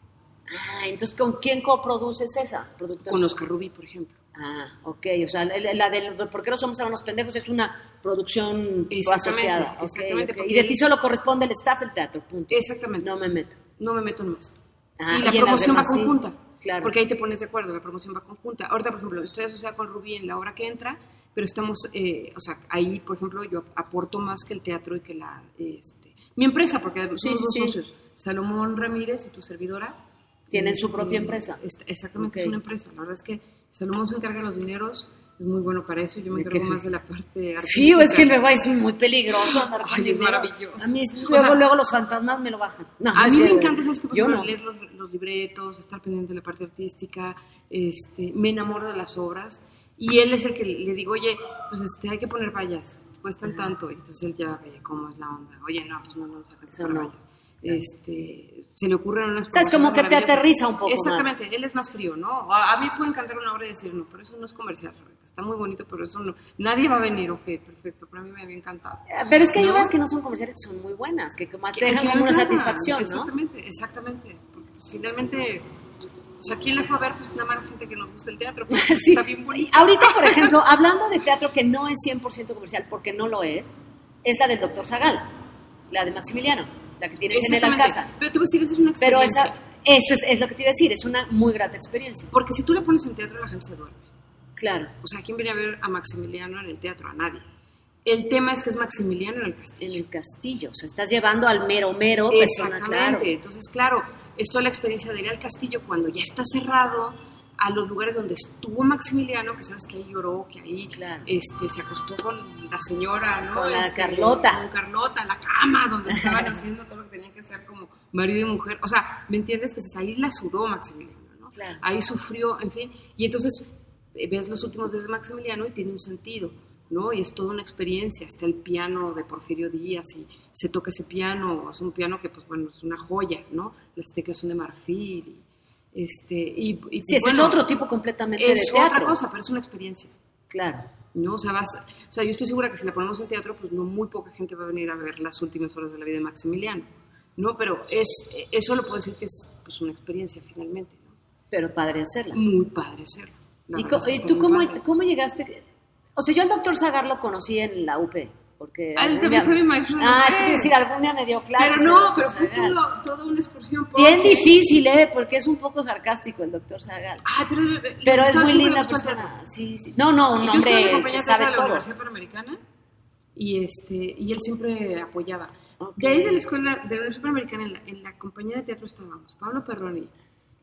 S3: Ah, entonces ¿con quién coproduces esa? Productor.
S4: Con Oscar Rubí, por ejemplo.
S3: Ah, ok, o sea, la la del ¿Por qué los hombres son unos pendejos? Es una producción
S4: Exactamente,
S3: asociada. ok,
S4: exactamente,
S3: ok.
S4: porque
S3: Y de
S4: ahí-
S3: ti solo corresponde el staff, el teatro, punto.
S4: Exactamente.
S3: No me meto.
S4: No me meto en más.
S3: Ah,
S4: y la
S3: y en las
S4: promoción
S3: demás,
S4: va
S3: sí,
S4: conjunta.
S3: claro.
S4: Porque ahí te pones de acuerdo, la promoción va conjunta. Ahorita, por ejemplo, estoy asociada con Rubí en la hora que entra, pero estamos, eh, o sea, ahí, por ejemplo, yo aporto más que el teatro y que la, este, mi empresa, porque somos
S3: Sí, sí,
S4: dos
S3: sí.
S4: socios. Salomón Ramírez y tu servidora.
S3: Tienen su propia empresa.
S4: est- exactamente,
S3: Ok.
S4: es una empresa. La verdad es que Salomón se encarga de los dineros, es muy bueno para eso, yo me encargo más de la parte artística.
S3: Sí, es que luego es muy peligroso andar con
S4: Ay, es
S3: dinero.
S4: maravilloso.
S3: A mí es-
S4: O
S3: luego,
S4: sea,
S3: luego los fantasmas me lo bajan. No,
S4: A
S3: no
S4: mí
S3: sé,
S4: me
S3: güey.
S4: encanta, ¿sabes qué? Por
S3: Yo
S4: ejemplo,
S3: no.
S4: leer los, los libretos, estar pendiente de la parte artística, este, me enamoro de las obras. Y él es el que le digo, oye, pues este, hay que poner vallas, cuestan tanto. Y entonces él ya ve cómo es la onda. Oye, no, pues no, no nos alcanza
S3: Eso
S4: para
S3: no.
S4: vallas. Este, se le ocurren unas
S3: sea, es como que te
S4: promociones maravillosas.
S3: aterriza un poco más.
S4: Exactamente, él es más frío, ¿no? A, a mí puede encantar una obra y decir, no, pero eso no es comercial, Rebeca, Está muy bonito, pero eso no. Nadie va a venir, ok, perfecto, pero a mí me había encantado.
S3: Pero es que hay
S4: ¿No?
S3: obras que no son comerciales que son muy buenas, que como te
S4: Que-
S3: dejan
S4: que
S3: como una
S4: encajan,
S3: satisfacción, ¿no?
S4: Exactamente, exactamente. Porque, pues, finalmente, o sea, ¿quién la fue a ver? Pues nada más la gente que nos gusta el teatro. porque
S3: Sí.
S4: Está bien bonito.
S3: Ahorita, por ejemplo, hablando de teatro que no es 100% comercial, porque no lo es, es la del doctor Zagal, la de Maximiliano, la que tienes en el
S4: Exactamente.
S3: Alcázar.
S4: Pero te voy a decir, esa es una
S3: Pero
S4: experiencia.
S3: esa, eso es, es lo que te iba a decir, es una muy grata experiencia.
S4: Porque si tú la pones en teatro, la gente se duerme.
S3: Claro.
S4: O sea, ¿quién viene a ver a Maximiliano en el teatro? A nadie. El tema es que es Maximiliano en el castillo.
S3: En el castillo, o sea, estás llevando al mero mero persona, pues, claro.
S4: Entonces, claro, esto es la experiencia de ir al castillo cuando ya está cerrado, a los lugares donde estuvo Maximiliano, que sabes que ahí lloró, que ahí
S3: Claro.
S4: este, se acostó con la señora, ¿no?
S3: Con la
S4: Este,
S3: Carlota.
S4: Con Carlota, la cama donde estaban haciendo todo lo que tenían que hacer como marido y mujer. O sea, ¿me entiendes? Que ahí la sudó Maximiliano, ¿no?
S3: Claro.
S4: Ahí sufrió, en fin. Y entonces eh, ves los últimos días de Maximiliano y tiene un sentido, ¿no? Y es toda una experiencia. Está el piano de Porfirio Díaz y se toca ese piano. Es un piano que, pues bueno, es una joya, ¿no? Las teclas son de marfil. Y, este, y, y,
S3: Sí, ese
S4: bueno,
S3: es otro tipo completamente
S4: es
S3: de teatro.
S4: otra cosa, pero es una experiencia.
S3: Claro.
S4: ¿no? O sea, vas, o sea, yo estoy segura que si la ponemos en teatro, pues no muy poca gente va a venir a ver las últimas horas de la vida de Maximiliano, ¿no? Pero es, eh, eso lo puedo decir que es pues, una experiencia finalmente, ¿no?
S3: Pero padre hacerla.
S4: Muy padre hacerlo. La
S3: ¿Y,
S4: verdad
S3: co-
S4: es que
S3: y
S4: está
S3: tú
S4: muy
S3: cómo,
S4: padre.
S3: cómo llegaste? O sea, yo al doctor Zagar lo conocí en la UP. Porque
S4: Ah, él
S3: algún
S4: también
S3: día-
S4: fue mi maestro de
S3: Ah,
S4: UP.
S3: es que quiero decir, algún día me dio clases.
S4: Pero
S3: el
S4: no,
S3: Dr.
S4: pero fue
S3: Zagal.
S4: todo- toda una excursión. por-
S3: Bien difícil, ¿eh? Porque es un poco sarcástico el doctor Zagal.
S4: Ay, pero, le
S3: Pero es muy
S4: gustaba, siempre le
S3: linda
S4: gustó el teatro.
S3: persona. Sí, sí. No, no, un
S4: yo estuve en
S3: hombre
S4: compañía
S3: que
S4: de
S3: sabe
S4: teatro de la
S3: todo.
S4: Universidad Panamericana y, este, y él siempre apoyaba.
S3: Ok.
S4: De ahí de la escuela de la Universidad Panamericana, en la, en la compañía de teatro estábamos Pablo Perroni,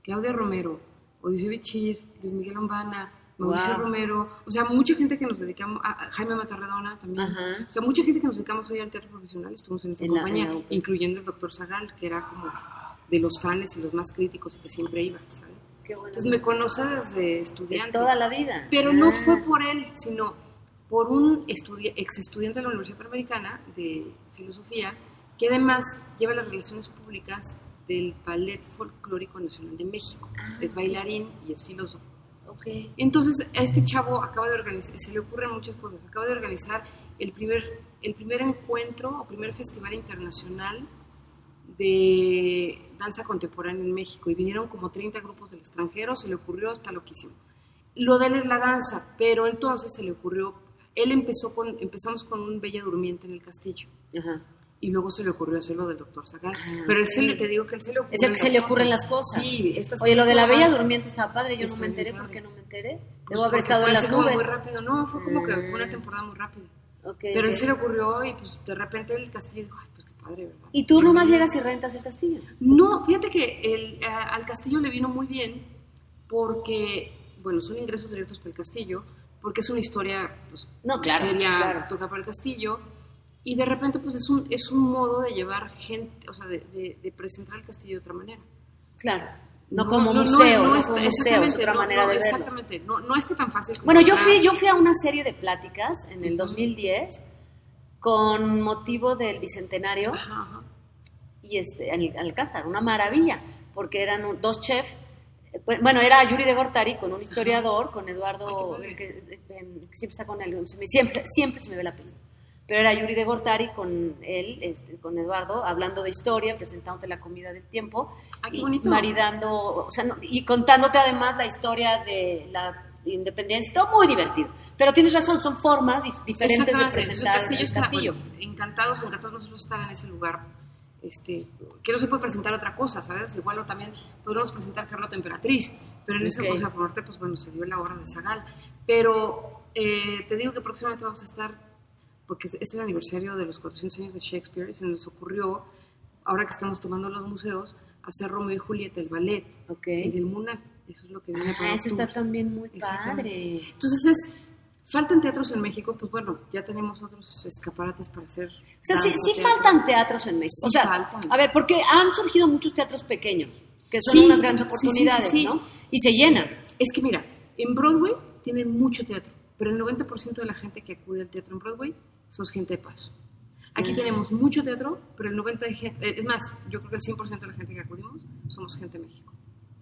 S4: Claudia Romero, Odiseo Bichir, Luis Miguel Ombana, Mauricio
S3: Wow.
S4: Romero, o sea, mucha gente que nos dedicamos, a, a Jaime Matarredona también,
S3: Ajá.
S4: o sea, mucha gente que nos dedicamos hoy al teatro profesional, estuvimos en esa
S3: En la-
S4: compañía,
S3: en la UP.
S4: incluyendo el doctor Zagal, que era como de los fans y los más críticos y que siempre iba, ¿sabes?
S3: Qué bueno.
S4: Entonces me conoce desde estudiante.
S3: De toda la vida.
S4: Pero no
S3: Ah.
S4: fue por él, sino por un estudi- ex estudiante de la Universidad Panamericana de Filosofía, que además lleva las relaciones públicas del Ballet Folclórico Nacional de México. Es bailarín y es filósofo.
S3: Ok.
S4: Entonces, a este chavo acaba de organizar, se le ocurren muchas cosas, acaba de organizar el primer, el primer encuentro o primer festival internacional de danza contemporánea en México y vinieron como 30 grupos del extranjero, se le ocurrió, está loquísimo. Lo de él es la danza, pero entonces se le ocurrió, él empezó con, empezamos con un Bella Durmiente en el castillo
S3: Ajá.
S4: y luego se le ocurrió hacer lo del doctor Zagal,
S3: Ah,
S4: pero él se
S3: ok.
S4: le, te digo que él se le ocurre
S3: Es el que se
S4: las
S3: le
S4: cosas.
S3: ocurren las cosas.
S4: Sí, estas
S3: Oye, lo de la
S4: cosas.
S3: Bella Durmiente estaba padre. Yo no
S4: Está
S3: me
S4: bien
S3: enteré
S4: padre.
S3: porque no me enteré.
S4: Pues
S3: Debo haber
S4: porque
S3: estado
S4: fue
S3: en
S4: así
S3: las
S4: como
S3: nubes.
S4: Muy rápido, no, fue como que fue
S3: Ah.
S4: una temporada muy rápida.
S3: Ok,
S4: Pero
S3: ok.
S4: él se le ocurrió y pues de repente el castillo dijo, ay, pues qué padre, ¿verdad?
S3: Y tú nomás llegas y rentas el castillo.
S4: No, fíjate que el, eh, al castillo le vino muy bien porque, bueno, son ingresos directos para el castillo, porque es una historia pues,
S3: No, claro,
S4: seria,
S3: claro.
S4: toca para el castillo, y de repente pues es un, es un modo de llevar gente, o sea, de, de- de presentar el castillo de otra manera.
S3: Claro. No, como museo, no, como museo, es otra manera de verlo.
S4: Exactamente, no, no está tan fácil. como
S3: Bueno, yo
S4: está-
S3: fui, yo fui a una serie de pláticas en el 2010 con motivo del bicentenario
S4: Ajá, ajá.
S3: y este, en el Alcázar, una maravilla, porque eran un- dos chefs. eh, bu- Bueno, era Yuri de Gortari con un historiador, con Eduardo,
S4: Ay,
S3: el
S4: qué
S3: que, eh, que siempre está con él, se me- siempre, siempre se me ve la pena. Pero era Yuri de Gortari con él, este, con Eduardo, hablando de historia, presentándote la comida del tiempo
S4: Ay, Ah, qué
S3: y
S4: bonito.
S3: maridando, o sea, no- y contándote además la historia de la independencia, todo muy divertido. Pero tienes razón, son formas dif- diferentes de
S4: Exactamente.
S3: presentar
S4: Entonces,
S3: el
S4: está,
S3: castillo.
S4: bueno, encantados, encantados nosotros estar en ese lugar. Este, que no se puede presentar otra cosa, ¿sabes? Igual o también podríamos presentar Carlota Emperatriz, pero en esa
S3: Ok.
S4: cosa por arte, pues bueno, se dio la hora de Zagal. Pero eh, te digo que próximamente vamos a estar, porque es- es el aniversario de los 400 años de Shakespeare, y se nos ocurrió, ahora que estamos tomando los museos, hacer Romeo y Julieta, el ballet,
S3: Ok.
S4: en el Munal. Eso es lo que viene para
S3: Ah, eso está
S4: octubre.
S3: también muy
S4: Exactamente.
S3: padre.
S4: Entonces es, faltan teatros en México, pues bueno, ya tenemos otros escaparates para hacer.
S3: O sea, sí, sí faltan teatros en México.
S4: Sí
S3: o sea,
S4: faltan.
S3: a ver, porque han surgido muchos teatros pequeños, que son
S4: Sí,
S3: unas grandes
S4: sí, sí, sí,
S3: oportunidades,
S4: sí.
S3: ¿no? Y se llenan.
S4: Es que mira, en Broadway tienen mucho teatro, pero el 90% de la gente que acude al teatro en Broadway son gente de paso. Aquí
S3: Mm.
S4: tenemos mucho teatro, pero el 90% de gente, eh, es más, yo creo que el 100% de la gente que acudimos somos gente de México.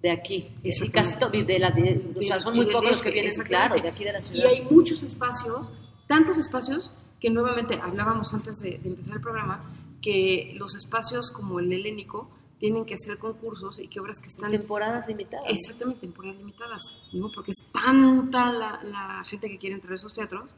S3: De aquí, y
S4: Exactamente.
S3: casi to- de la, de- o sea, son
S4: Y
S3: muy
S4: del
S3: pocos los que
S4: este,
S3: vienen,
S4: exactamente.
S3: claro, de aquí de la
S4: Y
S3: ciudad.
S4: hay muchos espacios, tantos espacios, que nuevamente hablábamos antes de, de empezar el programa, que los espacios como el helénico tienen que hacer concursos y que obras que están
S3: temporadas limitadas.
S4: exactamente temporadas limitadas, ¿no? Porque es tanta la, la gente que quiere entrar a esos teatros.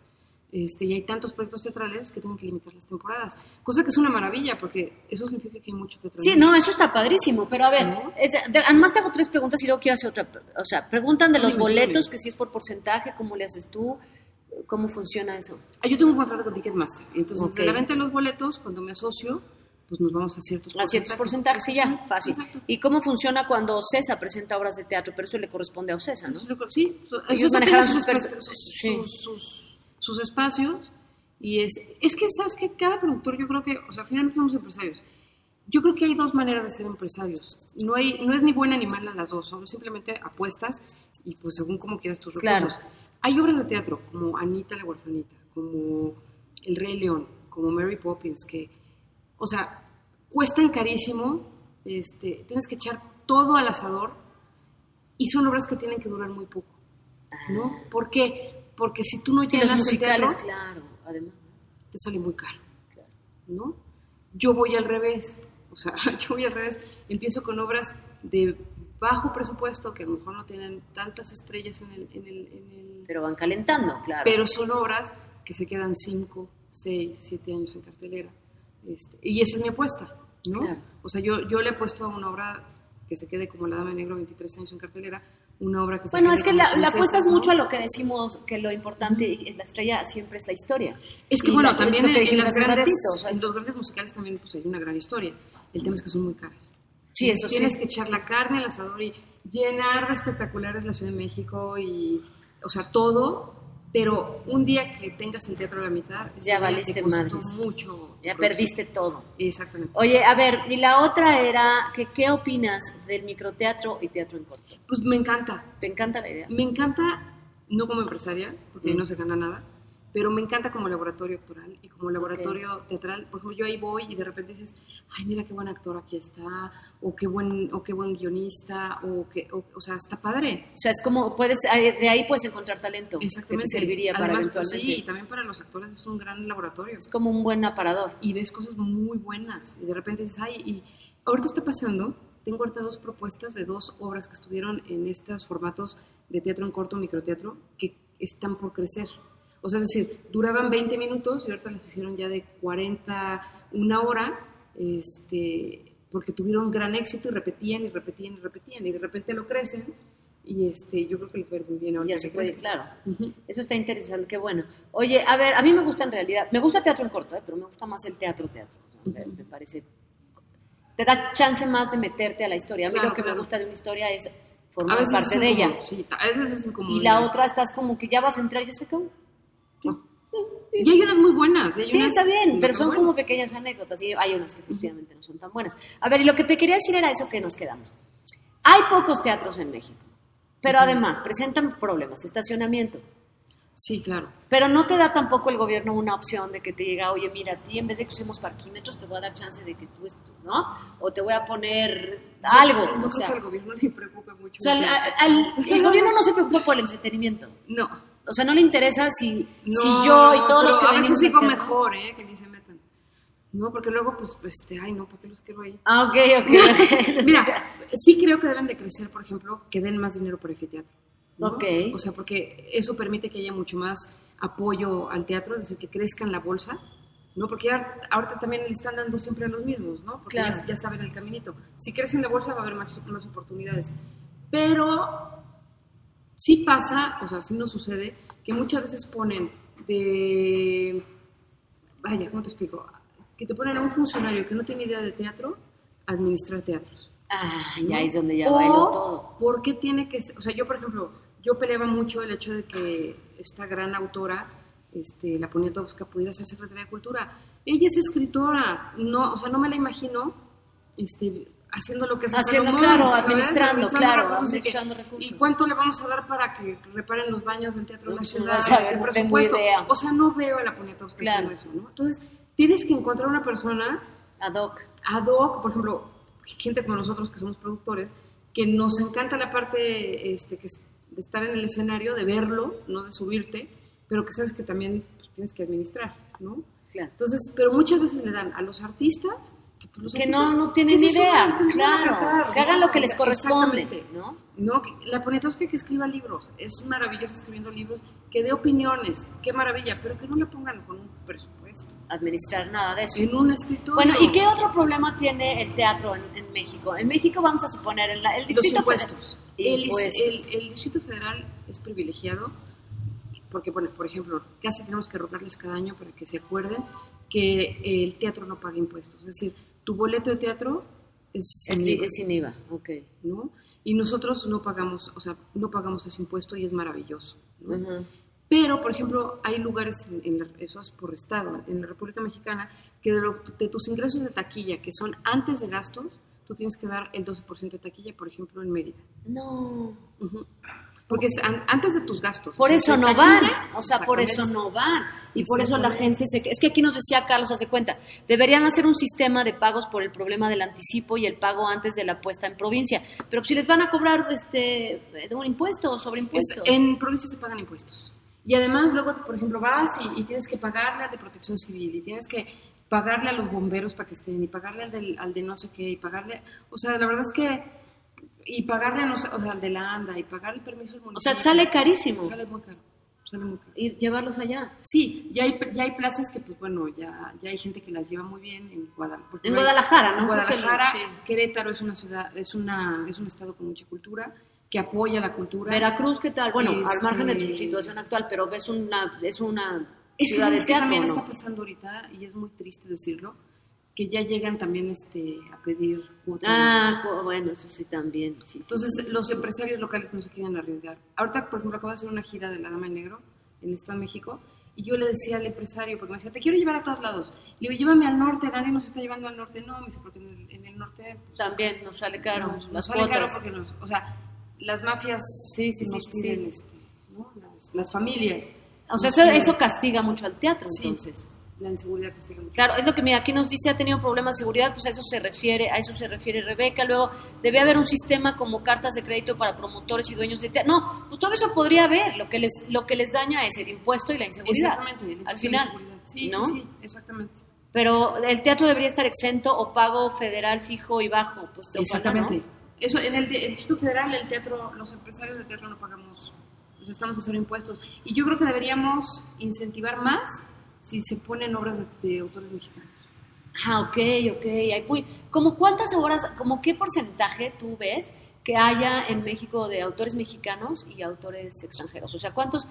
S4: Este, y hay tantos proyectos teatrales que tienen que limitar las temporadas, cosa que es una maravilla porque eso significa que hay mucho teatro.
S3: Sí, no, eso está padrísimo, pero a ver,
S4: ¿No?
S3: es- de- además te hago tres preguntas y luego quiero hacer otra. O sea, preguntan de los
S4: Dime,
S3: boletos,
S4: dime.
S3: que si es por porcentaje, cómo le haces tú, cómo funciona eso.
S4: Ah, yo tengo un contrato con Ticketmaster. Entonces,
S3: Ok.
S4: de la venta de los boletos, cuando me asocio, pues nos vamos a ciertos
S3: A ciertos porcentajes y ya, fácil.
S4: Exacto.
S3: ¿Y cómo funciona cuando Ocesa presenta obras de teatro? Pero eso le corresponde a Ocesa, ¿no?
S4: Entonces, yo creo- Sí, so-
S3: Ellos
S4: entonces,
S3: manejarán
S4: tienen
S3: sus
S4: espa-
S3: perso-
S4: sus-
S3: sí.
S4: sus- sus- sus espacios. Y es, es que, ¿sabes que Cada productor, yo creo que, o sea, finalmente somos empresarios. Yo creo que hay dos maneras de ser empresarios. No, hay, no es ni buena ni mala las dos, son simplemente apuestas y pues según cómo quieras tus
S3: Claro.
S4: recursos. Hay obras de teatro como Anita la huerfanita, como El Rey León, como Mary Poppins, que, o sea, cuestan carísimo, este, tienes que echar todo al asador y son obras que tienen que durar muy poco, ¿no? ¿Por qué? Porque si tú no
S3: Ah. Sí, los
S4: llenas el
S3: musicales,
S4: teatro,
S3: claro, además.
S4: te sale muy caro. ¿no? Yo voy al revés, o sea, yo voy al revés, empiezo con obras de bajo presupuesto que a lo mejor no tienen tantas estrellas en el... en el- en el-
S3: Pero van calentando, claro.
S4: pero son obras que se quedan 5, 6, 7 años en cartelera. Este, y esa es mi apuesta, ¿no?
S3: Claro.
S4: O sea, yo, yo le he puesto a una obra que se quede como La Dama de Negro 23 años en cartelera, una obra que se
S3: bueno,
S4: quede
S3: es que
S4: como
S3: la, la
S4: Princesas,
S3: apuesta es
S4: ¿no?
S3: mucho a lo que decimos, que lo importante es la estrella, siempre es la historia.
S4: Es que
S3: Y
S4: bueno,
S3: la-
S4: también
S3: es lo que
S4: en, en
S3: dijimos
S4: las
S3: hace
S4: grandes,
S3: ratito, o sea,
S4: en los grandes musicales también pues, hay una gran historia. El tema es que son muy caras.
S3: Sí, eso sí.
S4: Tienes que echar la carne al asador y llenar de espectaculares la Ciudad de México y, o sea, todo. Pero un día que tengas el teatro a la mitad, ese
S3: Ya
S4: día te
S3: valiste
S4: costó
S3: madres.
S4: mucho.
S3: ya perdiste todo.
S4: Exactamente.
S3: Oye, a ver, y la otra era que qué opinas del microteatro y teatro en corto.
S4: Pues me encanta.
S3: ¿Te encanta la idea?
S4: Me encanta, no como empresaria, porque
S3: Mm.
S4: ahí no se gana nada, pero me encanta como laboratorio actoral y como laboratorio teatral. Por ejemplo, yo ahí voy y de repente dices, ay, mira qué buen actor aquí está, o qué buen, o qué buen guionista, o, que, o, o sea, está padre.
S3: O sea, es como puedes eh, de ahí puedes encontrar talento que te
S4: Exactamente.
S3: serviría para
S4: Además, pues,
S3: eventualmente.
S4: sí, y también para los actores es un gran laboratorio.
S3: Es como un buen aparador.
S4: y ves cosas muy buenas y de repente dices, ay, y ahorita está pasando, tengo ahorita dos propuestas de dos obras que estuvieron en estos formatos de teatro en corto, microteatro, que están por crecer. O sea, es decir, duraban 20 minutos y ahorita las hicieron ya de 40, una hora, este, porque tuvieron gran éxito y repetían y repetían y repetían y de repente lo crecen y este, yo creo que les va a ir muy bien ahorita.
S3: Ya
S4: que
S3: se puede,
S4: crezcan.
S3: claro. Eso está interesante, qué bueno. Oye, a ver, a mí me gusta en realidad, me gusta teatro en corto, ¿eh? pero me gusta más el teatro, teatro. O sea, me- Me parece, te da chance más de meterte a la historia. A mí
S4: Claro,
S3: lo que me
S4: claro.
S3: gusta de una historia es
S4: A
S3: formar
S4: veces
S3: parte
S4: es
S3: de ella.
S4: incómodo, sí, a veces es incómodo.
S3: Y la otra estás como que ya vas a entrar y ya se acabó.
S4: Y hay unas muy buenas. y hay
S3: Sí,
S4: unas
S3: está bien, pero
S4: muy
S3: son
S4: buenas.
S3: como pequeñas anécdotas y hay unas que efectivamente no son tan buenas. A ver, y lo que te quería decir era eso que nos quedamos. Hay pocos teatros en México, pero además presentan problemas, estacionamiento.
S4: Sí, claro.
S3: Pero no te da tampoco el gobierno una opción de que te diga, oye, mira, a ti en vez de que usemos parquímetros, te voy a dar chance de que tú, estu- ¿no? O te voy a poner algo.
S4: No
S3: o sea,
S4: creo que al gobierno le preocupe mucho.
S3: o sea, al- al- el gobierno no se preocupa por el entretenimiento.
S4: no,
S3: O sea, no le interesa si,
S4: no,
S3: si yo y todos
S4: pero
S3: los que
S4: a
S3: venimos
S4: veces
S3: al
S4: digo
S3: teatro-
S4: mejor, ¿eh? Que ni se metan. No, porque luego, pues, este, ay, no, ¿para qué los quiero ahí?
S3: Ah, ok, ok. ok.
S4: Mira, sí creo que deben de crecer, por ejemplo, que den más dinero para anfiteatro. ¿no?
S3: Ok.
S4: O sea, porque eso permite que haya mucho más apoyo al teatro, es decir, que crezca en la bolsa, ¿no? Porque ya ahorita también le están dando siempre a los mismos, ¿no? Porque
S3: Claro.
S4: ya, ya saben el caminito. Si crece en la bolsa va a haber más, más oportunidades. Pero sí pasa, o sea, sí nos sucede, que muchas veces ponen de... Vaya, ¿cómo te explico? Que te ponen a un funcionario que no tiene idea de teatro a administrar teatros.
S3: Ah, y ahí es donde ya
S4: O,
S3: bailó todo.
S4: ¿Por qué tiene que ser? O sea, yo, por ejemplo, yo peleaba mucho el hecho de que esta gran autora, este, la Poniatowska, pudiera ser secretaria de Cultura. Ella es escritora, no, o sea, no me la imagino este, haciendo lo que hace
S3: Haciendo,
S4: Salomón,
S3: claro,
S4: ¿sabes?
S3: administrando, claro,
S4: recursos y que-
S3: administrando recursos.
S4: ¿Y cuánto le vamos a dar para que reparen los baños del Teatro de la
S3: No,
S4: Ciudad?
S3: vas a ver,
S4: el
S3: no tengo
S4: presupuesto?
S3: idea.
S4: O sea, no veo a la Poniatowska
S3: Claro.
S4: haciendo eso, ¿no? Entonces, tienes que encontrar una persona
S3: Ad hoc.
S4: ad hoc, por ejemplo, gente como nosotros que somos productores, que nos encanta la parte este, que es de estar en el escenario, de verlo, no de subirte, pero que sabes que también pues, tienes que administrar, ¿no?
S3: Claro.
S4: Entonces, pero muchas veces le dan a los artistas que, pues, los
S3: Que no,
S4: artistas-
S3: no tienen
S4: que se
S3: idea.
S4: suban, que se suban a
S3: Claro.
S4: cantar,
S3: Que hagan
S4: ¿no?
S3: lo que les corresponde,
S4: Exactamente.
S3: ¿no?
S4: No, que- la Poniatowska que escriba libros, es maravillosa escribiendo libros, que dé opiniones, qué maravilla, pero que no la pongan con un presupuesto,
S3: Administrar nada de eso.
S4: en un escritorio.
S3: Bueno, ¿y qué otro problema tiene el teatro en, en México? En México vamos a suponer en la- el
S4: los
S3: distrito
S4: impuestos.
S3: El,
S4: El, el- el Distrito Federal es privilegiado porque, bueno, por ejemplo, casi tenemos que rogarles cada año para que se acuerden que el teatro no paga impuestos. Es decir, tu boleto de teatro es,
S3: es,
S4: sin
S3: li-
S4: IVA,
S3: es sin IVA, ok.
S4: ¿no? Y nosotros no pagamos, o sea, no pagamos ese impuesto y es maravilloso. ¿no? Pero, por ejemplo, hay lugares, en, en la- eso es por estado, en la República Mexicana, que de, lo- de tus ingresos de taquilla, que son antes de gastos, tú tienes que dar el 12% de taquilla, por ejemplo, en Mérida.
S3: No.
S4: Porque es an- antes de tus gastos.
S3: Por eso
S4: De
S3: no
S4: taquilla,
S3: van, o sea, por eso no van. Y por eso la
S4: Exactamente.
S3: gente se... Es que aquí nos decía Carlos, hace cuenta, deberían hacer un sistema de pagos por el problema del anticipo y el pago antes de la puesta en provincia. Pero si les van a cobrar este, de un impuesto o sobre
S4: Es-
S3: impuesto.
S4: Pues, en provincias se pagan impuestos. Y además luego, por ejemplo, vas y, y tienes que pagarle al de protección civil y tienes que pagarle a los bomberos para que estén y pagarle al, del- al de no sé qué y pagarle... O sea, la verdad es que... Y pagarle a no sé- o sea, al de la ANDA y pagar el permiso del municipio.
S3: o sea, sale carísimo
S4: Sale muy caro. Sale muy caro.
S3: ir, llevarlos allá.
S4: Sí, ya hay, ya hay plazas que, pues bueno, ya, ya hay gente que las lleva muy bien en Guadalajara.
S3: En Guadalajara, ¿no?
S4: En Guadalajara,
S3: Creo que sí.
S4: Querétaro es una ciudad, es, una, es un estado con mucha cultura, que apoya la cultura.
S3: Veracruz, ¿qué tal? Bueno, al
S4: Este,
S3: margen de su situación actual, pero es una, es una
S4: Es que,
S3: ciudad de
S4: ¿sabes qué
S3: teatro,
S4: también
S3: ¿no?
S4: está pasando ahorita, y es muy triste decirlo, que ya llegan también este, a pedir cuotas.
S3: Ah, jo- bueno, eso sí también. sí, sí, sí.
S4: Entonces, los empresarios locales no se quieren arriesgar. Ahorita, por ejemplo, acabo de hacer una gira de La Dama en Negro en el Estado de México y yo le decía al empresario, porque me decía, te quiero llevar a todos lados. Le digo, llévame al norte, nadie nos está llevando al norte. No, me dice, porque en el, en el norte... pues,
S3: también nos sale caro
S4: nos- nos
S3: las
S4: sale caro
S3: cuotas.
S4: porque nos- o sea, las mafias
S3: Sí, sí,
S4: nos
S3: sí, sí, sí.
S4: piden, este, ¿no? las, las familias.
S3: O sea,
S4: nos
S3: eso,
S4: piden
S3: eso castiga mucho al teatro,
S4: Sí.
S3: entonces.
S4: La inseguridad que está
S3: Claro, es lo que mira, aquí nos dice ha tenido problemas de seguridad, pues a eso se refiere, a eso se refiere Rebeca. Luego, debe haber un sistema como cartas de crédito para promotores y dueños de teatro. No, pues todo eso podría haber. Lo que les, lo que les daña es el impuesto y la inseguridad.
S4: Exactamente. el
S3: al
S4: impuesto a la
S3: final,
S4: inseguridad. Sí,
S3: ¿no?
S4: sí, sí, exactamente.
S3: Pero el teatro debería estar exento o pago federal fijo y bajo, pues ojalá,
S4: Exactamente.
S3: ¿no?
S4: Eso en el, te- el Distrito Federal, el teatro, los empresarios de teatro no pagamos, nos estamos a hacer impuestos. Y yo creo que deberíamos incentivar más si se ponen obras de, de autores mexicanos.
S3: Ah, ok, ok. Ay, uy, ¿Cómo cuántas horas, como qué porcentaje tú ves que haya en México de autores mexicanos y autores extranjeros? O sea, ¿cuántos?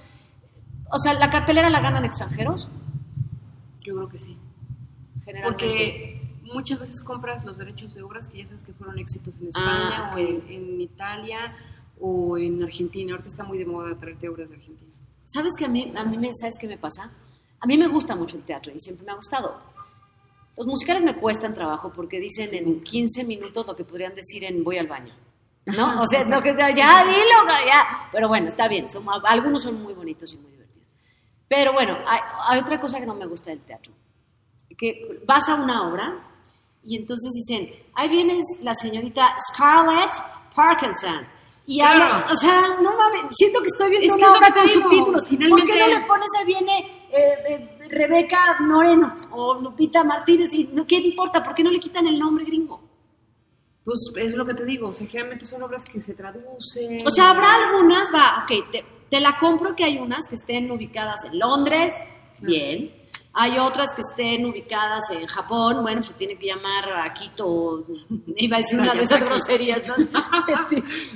S3: O sea, ¿la cartelera la ganan extranjeros?
S4: Yo creo que sí.
S3: Generalmente.
S4: Porque muchas veces compras los derechos de obras que ya sabes que fueron éxitos en España
S3: Ah,
S4: o en, en Italia o en Argentina. Ahorita está muy de moda traerte obras de Argentina.
S3: ¿Sabes que a mí, a mí me, ¿sabes qué me pasa? A mí me gusta mucho el teatro y siempre me ha gustado. Los musicales me cuestan trabajo porque dicen en 15 minutos lo que podrían decir en voy al baño. ¿No? O sea, es lo que ya, dilo, ya. Pero bueno, está bien. son- algunos son muy bonitos y muy divertidos. Pero bueno, hay, hay otra cosa que no me gusta del teatro. Que vas a una obra y entonces dicen, ahí viene la señorita Scarlett Parkinson. Y
S4: Claro.
S3: habla, o sea, no mames, siento que estoy viendo
S4: Es que
S3: una
S4: es lo
S3: obra
S4: que te
S3: con
S4: digo,
S3: subtítulos.
S4: finalmente-
S3: ¿Por qué no le pones ahí viene eh, eh, Rebeca Moreno o Lupita Martínez? Y no, ¿Qué importa? ¿Por qué no le quitan el nombre gringo?
S4: Pues es lo que te digo, o sea, generalmente son obras que se traducen.
S3: O sea, habrá algunas, va, ok, te, te la compro que hay unas que estén ubicadas en Londres, bien. Hay otras que estén ubicadas en Japón, bueno, pues se tiene que llamar a Quito, o- iba a decir una de esas groserías, ¿no?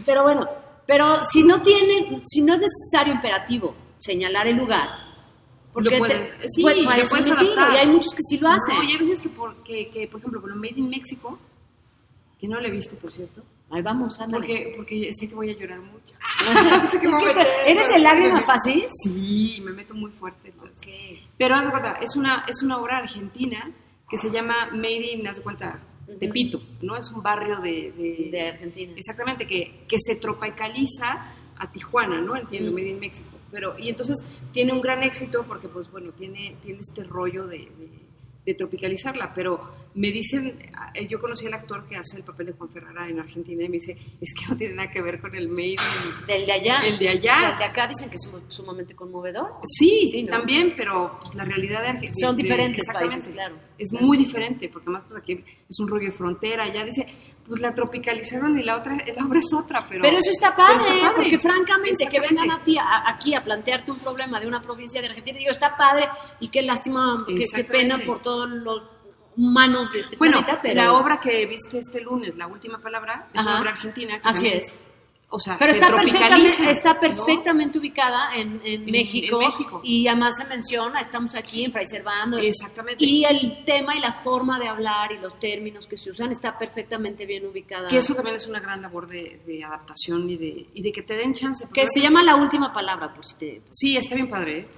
S3: pero bueno, pero si no tiene, si no es necesario imperativo señalar el lugar, porque
S4: lo puedes,
S3: te,
S4: sí,
S3: puede-
S4: lo
S3: parece
S4: puedes
S3: un retiro,
S4: adaptar.
S3: y hay muchos que sí lo hacen.
S4: No, y hay veces que por, que, que, por ejemplo, con un Made in México, que no lo he visto, por cierto,
S3: Ahí vamos, ándale.
S4: porque, porque sé que voy a llorar mucho.
S3: es que
S4: me voy
S3: te-
S4: a meter-
S3: ¿Eres el lágrima fácil?
S4: Sí, me meto muy fuerte. en las- Pero haz de cuenta, es una, es una obra argentina que se llama Made in, haz de cuenta, Tepito, ¿no? Es un barrio de... De,
S3: De Argentina.
S4: Exactamente, que, que se tropicaliza a Tijuana, ¿no? Entiendo, Made in México. Pero, y entonces tiene un gran éxito porque, pues bueno, tiene, tiene este rollo de, de- de tropicalizarla, pero me dicen, eh, yo conocí al actor que hace el papel de Juan Ferrara en Argentina y me dice, es que no tiene nada que ver con el Made in...
S3: Del de allá.
S4: El de allá.
S3: O sea, el de acá dicen que es sum- sumamente conmovedor.
S4: Sí,
S3: Sí, ¿no?
S4: también, pero pues, la realidad de Argentina.
S3: Son diferentes países, claro.
S4: Es muy diferente, porque además pues, aquí es un rollo de frontera. Ya dice, pues la tropicalizaron y la otra, la obra es otra, pero.
S3: Pero, eso está padre,
S4: pero está
S3: porque francamente, que
S4: Exactamente.
S3: vengan a ti, a- aquí a plantearte un problema de una provincia de Argentina, digo, está padre y qué lástima, qué, qué pena
S4: Exactamente.
S3: por todos los humanos de este
S4: Bueno,
S3: planeta, pero...
S4: la obra que viste este lunes, La Última Palabra, es
S3: Ajá.
S4: una obra argentina. que
S3: Así
S4: también-
S3: es.
S4: O sea,
S3: Pero
S4: se
S3: está perfectamente,
S4: tropicaliza,
S3: está
S4: ¿no?
S3: perfectamente ubicada en, en
S4: en
S3: México,
S4: México.
S3: y además se menciona, estamos aquí en Fray Servando.
S4: Exactamente.
S3: Y el tema y la forma de hablar y los términos que se usan está perfectamente bien ubicada.
S4: Que eso también es una gran labor de, de adaptación y de, y de que te den chance. porque
S3: Que se llama La Última Palabra, por si te...
S4: Sí, está bien padre. ¿eh?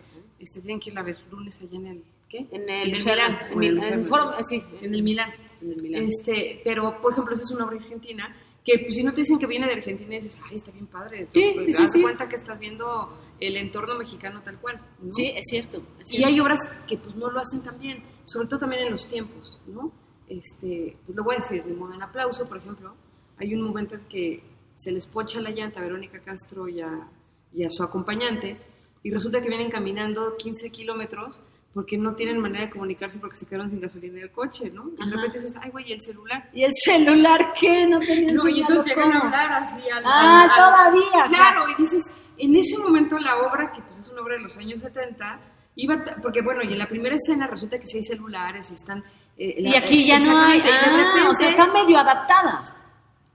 S4: Este, tienen que ir a ver lunes allá en el. ¿Qué?
S3: En el Lucero,
S4: Milán.
S3: en
S4: o
S3: el-
S4: Lucero,
S3: en
S4: no
S3: Foro-
S4: sé.
S3: sí,
S4: en el Milán.
S3: en el Milán.
S4: Este, pero, por ejemplo, esa es una obra argentina que pues, si no te dicen que viene de Argentina, dices, ay, está bien padre.
S3: Sí,
S4: Pues,
S3: sí,
S4: te
S3: sí,
S4: das
S3: sí.
S4: cuenta que estás viendo el entorno mexicano tal cual. ¿no?
S3: Sí, es cierto. es
S4: Y
S3: cierto.
S4: hay obras que pues no lo hacen tan bien, sobre todo también en los tiempos, ¿no? Este, pues lo voy a decir, de modo en aplauso, por ejemplo, hay un momento en que se les pocha la llanta a Verónica Castro y a, y a su acompañante, y resulta que vienen caminando 15 kilómetros porque no tienen manera de comunicarse porque se quedaron sin gasolina en el coche, ¿no? Y de repente dices, ay, güey, ¿y el celular.
S3: ¿Y el celular qué? No tenían
S4: No, y
S3: señal,
S4: entonces llegan a
S3: ¿cómo?
S4: hablar así al-
S3: Ah,
S4: al- al-
S3: todavía,
S4: Claro, y dices, en ese momento la obra, que pues es una obra de los años 70, iba, ta- porque bueno, y en la primera escena resulta que sí hay celulares y están... eh, la-
S3: Y aquí ya no hay...
S4: exactamente, y de
S3: Ah, o sea,
S4: repente-
S3: está medio adaptada.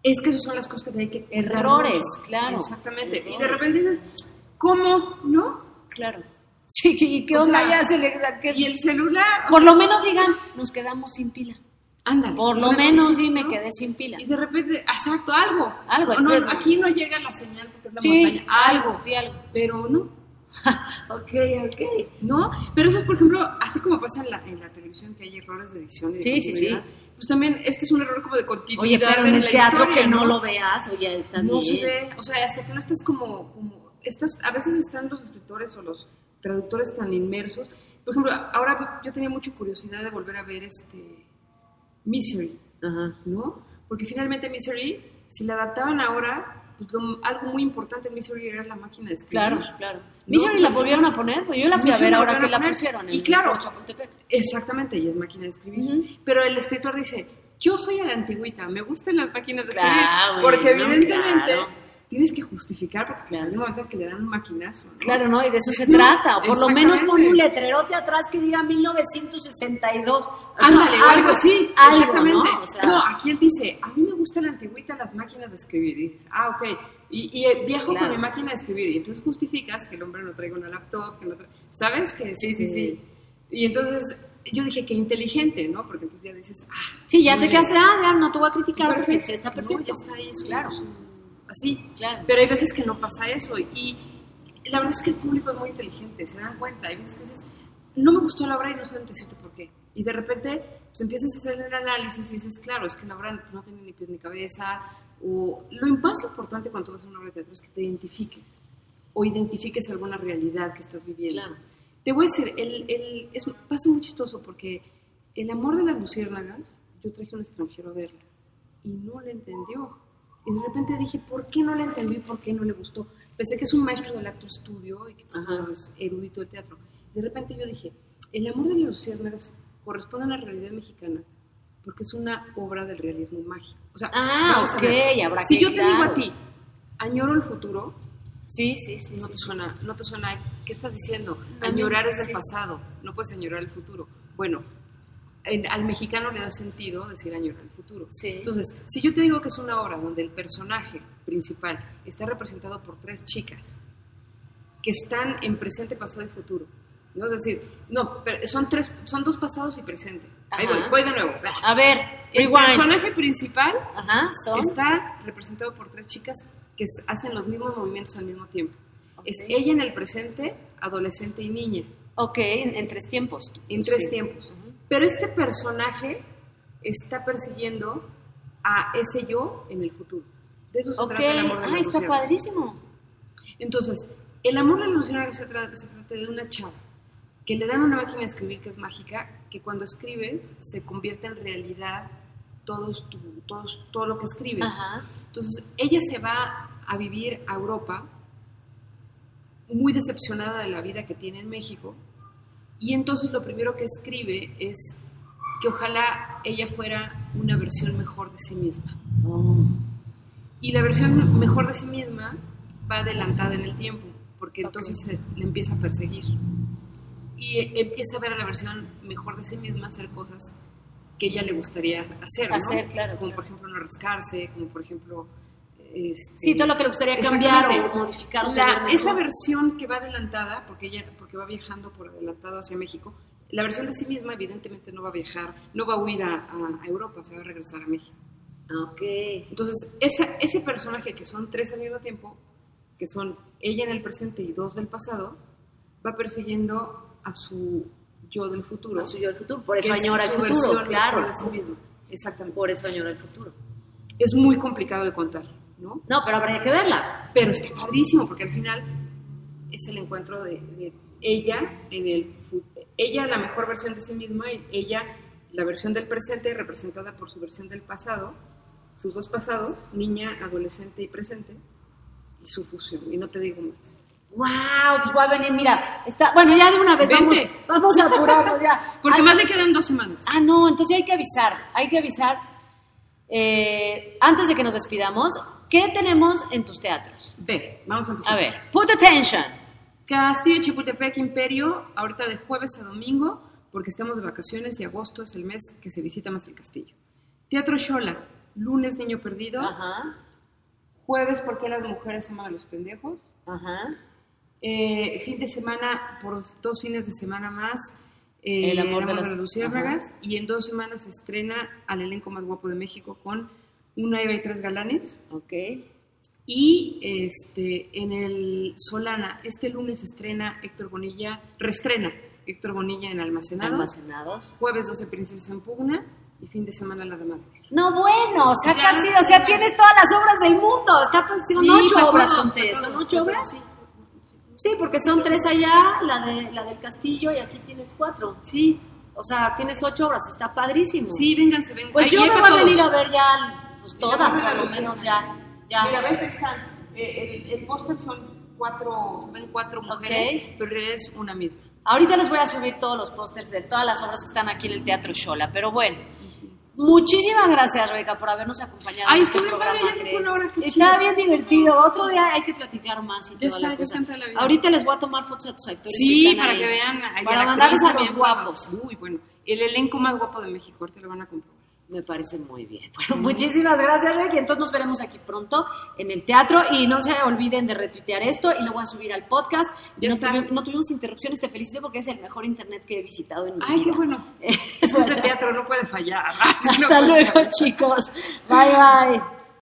S4: Es que esas son las cosas que hay que... cuidar
S3: Errores,
S4: mucho.
S3: claro.
S4: Exactamente. Y de
S3: Errores.
S4: repente dices, ¿cómo? ¿No?
S3: Claro. Sí, ¿y qué
S4: O
S3: onda
S4: sea,
S3: ya se le da? ¿Qué-
S4: Y el celular... o
S3: Por
S4: sea,
S3: lo menos digan, nos quedamos sin pila.
S4: Ándale.
S3: Por lo
S4: Una
S3: menos
S4: cosa,
S3: sí me
S4: ¿no?
S3: quedé sin pila.
S4: Y de repente, exacto, algo.
S3: Algo,
S4: O no,
S3: extremo.
S4: aquí no llega la señal porque es la
S3: Sí,
S4: montaña. Algo.
S3: sí, algo.
S4: Pero no. ok, ok. No, pero eso es, por ejemplo, así como pasa en la, en la televisión que hay errores de edición y de
S3: Sí, sí,
S4: continuidad,
S3: sí.
S4: Pues también este es un error como de continuidad.
S3: Oye, pero en el
S4: la
S3: teatro
S4: historia,
S3: que no, lo veas, oye, está
S4: No se
S3: bien.
S4: ve. O sea, hasta que no estás como, como estás, a veces están los escritores o los traductores tan inmersos. Por ejemplo, ahora yo tenía mucha curiosidad de volver a ver este Misery.
S3: Ajá.
S4: ¿no? Porque finalmente Misery, si la adaptaban ahora, pues lo- algo muy importante en Misery era la máquina de escribir.
S3: Claro, claro. Misery la volvieron a poner, pues yo la fui a
S4: Misery
S3: ver
S4: la
S3: ahora que
S4: volvieron a
S3: la
S4: poner.
S3: pusieron en
S4: Y claro.
S3: Foro Chapultepec.
S4: Exactamente, y es máquina de escribir.
S3: Ujú.
S4: Pero el escritor dice, yo soy a la antigüita, me gustan las máquinas de escribir.
S3: Claro,
S4: porque
S3: bueno,
S4: evidentemente
S3: Ah, claro.
S4: tienes que justificar, porque claro.
S3: Claro.
S4: hay un momento en que le dan un maquinazo. ¿no?
S3: Claro, ¿no? Y de eso se trata. O por lo menos
S4: Exactamente.
S3: pon un letrerote atrás que diga 1962. O sea,
S4: Ándale, o algo así,
S3: algo,
S4: exactamente.
S3: ¿no?
S4: ¿no?
S3: O sea,
S4: aquí él dice, a mí me gusta la antigüita, las máquinas de escribir. Y dices, ah, ok. Y, y, eh, viajo
S3: Claro.
S4: con mi máquina de escribir. Y entonces justificas que el hombre no traiga una laptop, que no tra- ¿Sabes? Que
S3: Sí, sí,
S4: este,
S3: sí.
S4: Y entonces yo dije, qué inteligente, ¿no? Porque entonces ya dices, ah.
S3: sí, ya
S4: muy
S3: te
S4: bien.
S3: quedaste, ah, ya, no te voy a criticar,
S4: Perfecto.
S3: perfecto, está
S4: No,
S3: perfecto.
S4: ya está ahí, su-
S3: claro.
S4: su- así.
S3: Claro.
S4: Pero hay veces que no pasa eso. Y la verdad es que el público es muy inteligente, se dan cuenta. Hay veces que dices, no me gustó la obra y no saben decirte por qué. Y de repente pues, empiezas a hacer el análisis y dices, claro, es que la obra no tiene ni pies ni cabeza. O lo más importante cuando tú vas a una obra de teatro es que te identifiques o identifiques alguna realidad que estás viviendo.
S3: Claro.
S4: Te voy a decir, el, el- es, pasa muy chistoso porque el amor de las luciérnagas, yo traje a un extranjero a verla y no la entendió. Y de repente dije, ¿por qué no la entendió y por qué no le gustó? Pensé que es un maestro del acto estudio y que pues,
S3: Ajá.
S4: no es erudito del teatro. De repente yo dije, el amor de las luciérnagas corresponde a una realidad mexicana, porque es una obra del realismo mágico. O sea,
S3: Ah,
S4: vamos a
S3: ok,
S4: ver,
S3: habrá
S4: Si
S3: que-
S4: yo te digo
S3: claro.
S4: a ti, añoro el futuro,
S3: Sí, sí, sí.
S4: no
S3: sí.
S4: te suena, no te suena, ¿qué estás diciendo?
S3: No,
S4: añorar
S3: no,
S4: es del
S3: sí.
S4: pasado, no puedes añorar el futuro. Bueno, en- al mexicano le da sentido decir añorar el futuro.
S3: Sí.
S4: Entonces, si yo te digo que es una obra donde el personaje principal está representado por tres chicas que están en presente, pasado y futuro, ¿no? Es decir, no, pero son, tres, son dos pasados y presente. Ahí voy,
S3: Ajá.
S4: voy de nuevo.
S3: A ver,
S4: el
S3: rewind.
S4: personaje principal
S3: Ajá, son.
S4: Está representado por tres chicas que s- hacen los mismos movimientos al mismo tiempo. Es ella en el presente, adolescente y niña,
S3: Ok, en, en tres tiempos.
S4: en tres
S3: Sí.
S4: tiempos. Pero este personaje está persiguiendo a ese yo en el futuro. De eso se
S3: Ok,
S4: trata el amor
S3: ah, está
S4: revolucionario.
S3: padrísimo.
S4: Entonces, el amor revolucionario se trata, se trata de una chava que le dan una máquina de escribir que es mágica, que cuando escribes se convierte en realidad todos tu- todos, todo lo que escribes.
S3: Ajá.
S4: Entonces, ella se va a vivir a Europa, muy decepcionada de la vida que tiene en México, y entonces lo primero que escribe es que ojalá ella fuera una versión mejor de sí misma. Y la versión mejor de sí misma va adelantada en el tiempo, porque entonces se- la empieza a perseguir. Y eh, empieza a ver a la versión mejor de sí misma hacer cosas que ella le gustaría hacer, ¿no?
S3: Hacer, claro,
S4: Como
S3: claro.
S4: por ejemplo no rascarse, como por ejemplo... este,
S3: Sí, todo lo que le gustaría cambiar
S4: Exactamente.
S3: o modificar. o
S4: La-
S3: tener mejor.
S4: esa versión que va adelantada, porque ella, porque va viajando por adelantado hacia México, la versión de sí misma evidentemente no va a viajar, no va a huir a, a- a Europa, se va a regresar a México.
S3: Ok.
S4: Entonces, esa- ese personaje que son tres al mismo tiempo, que son ella en el presente y dos del pasado, va persiguiendo a su yo del futuro.
S3: A su yo del futuro. Por eso
S4: que es
S3: añora el
S4: su
S3: futuro,
S4: versión
S3: claro.
S4: mejor de sí misma. Exactamente.
S3: Por eso añora el futuro.
S4: Es muy complicado de contar, ¿no?
S3: No, pero habría que verla.
S4: Pero está padrísimo porque al final es el encuentro de, de ella en el fu- ella la mejor versión de sí misma y ella la versión del presente representada por su versión del pasado, sus dos pasados, niña, adolescente y presente y su fusión y no te digo más.
S3: ¡Wow! Pues voy a venir, mira. Está, bueno, ya de una vez,
S4: Vente.
S3: Pues vamos, vamos a apurarnos ya.
S4: Porque
S3: Ay,
S4: más le quedan dos semanas.
S3: Ah, no, entonces ya hay que avisar, hay que avisar. Eh, antes de que nos despidamos, ¿qué tenemos en tus teatros?
S4: Ve, vamos a empezar.
S3: A ver, put attention.
S4: Castillo de Chapultepec Imperio, ahorita de jueves a domingo, porque estamos de vacaciones y agosto es el mes que se visita más el castillo. Teatro Xola, lunes Niño Perdido,
S3: Ajá,
S4: jueves ¿Por qué las mujeres aman a los pendejos?
S3: ajá.
S4: Eh, fin de semana, por dos fines de semana más, eh,
S3: El amor de las-
S4: luciérnagas, y en dos semanas se estrena al elenco más guapo de México con Una Eva y Tres Galanes.
S3: Ok.
S4: Y este, en el Solana, este lunes estrena Héctor Bonilla, reestrena Héctor Bonilla en Almacenado.
S3: Almacenados.
S4: Jueves 12 Princesas en Pugna y fin de semana La Dama de Negro.
S3: No, bueno, o sea,
S4: Ya,
S3: casi, o sea,
S4: ya.
S3: tienes todas las obras del mundo. Está, pues, son
S4: Sí, me
S3: ocho
S4: acuerdo,
S3: obras,
S4: me
S3: conté.
S4: acuerdo,
S3: ¿Son
S4: me
S3: ocho
S4: acuerdo,
S3: obras?
S4: sí.
S3: Sí, porque son tres allá, la, de, la del castillo y aquí tienes cuatro.
S4: Sí,
S3: O sea, tienes ocho obras, está padrísimo.
S4: sí, vénganse, vénganse.
S3: Pues
S4: Ahí
S3: yo
S4: hay
S3: me
S4: para
S3: voy a
S4: todos.
S3: venir a ver ya, pues todas,
S4: Mira,
S3: por lo
S4: mira,
S3: menos
S4: mira.
S3: ya. ya.
S4: Mira, ves, ahí están. Eh, el el póster son cuatro, se ven cuatro mujeres, pero en realidad es una misma.
S3: Ahorita les voy a subir todos los pósters de todas las obras que están aquí en el Teatro Shola, pero bueno. Muchísimas gracias, Rebeca, por habernos acompañado.
S4: Ay,
S3: en este
S4: estuvo bien
S3: programa
S4: padre, ya se fue una hora, qué
S3: Estaba
S4: chido.
S3: bien divertido. Otro día hay que platicar más y
S4: Ya
S3: toda
S4: está,
S3: la
S4: yo
S3: cosa.
S4: encantada de la vida.
S3: Ahorita les voy a tomar fotos a tus actores. si
S4: Sí,
S3: están
S4: para
S3: ahí,
S4: que vean. ahí
S3: Para
S4: la
S3: mandarles
S4: actriz
S3: a los
S4: también,
S3: guapos.
S4: guapa. Uy, bueno, el elenco más guapo de México, ahorita lo van a comprobar.
S3: Me parece muy bien. Bueno, muchísimas gracias, Rebeca. Entonces nos veremos aquí pronto en el teatro y no se olviden de retuitear esto y lo voy a subir al podcast.
S4: Ya
S3: no,
S4: está.
S3: tuvi- no tuvimos interrupciones, te felicito porque es el mejor internet que he visitado en mi
S4: Ay, qué
S3: vida.
S4: bueno.
S3: Eh,
S4: Es que ese
S3: bueno.
S4: teatro no puede fallar.
S3: Hasta luego, chicos. Bye, bye.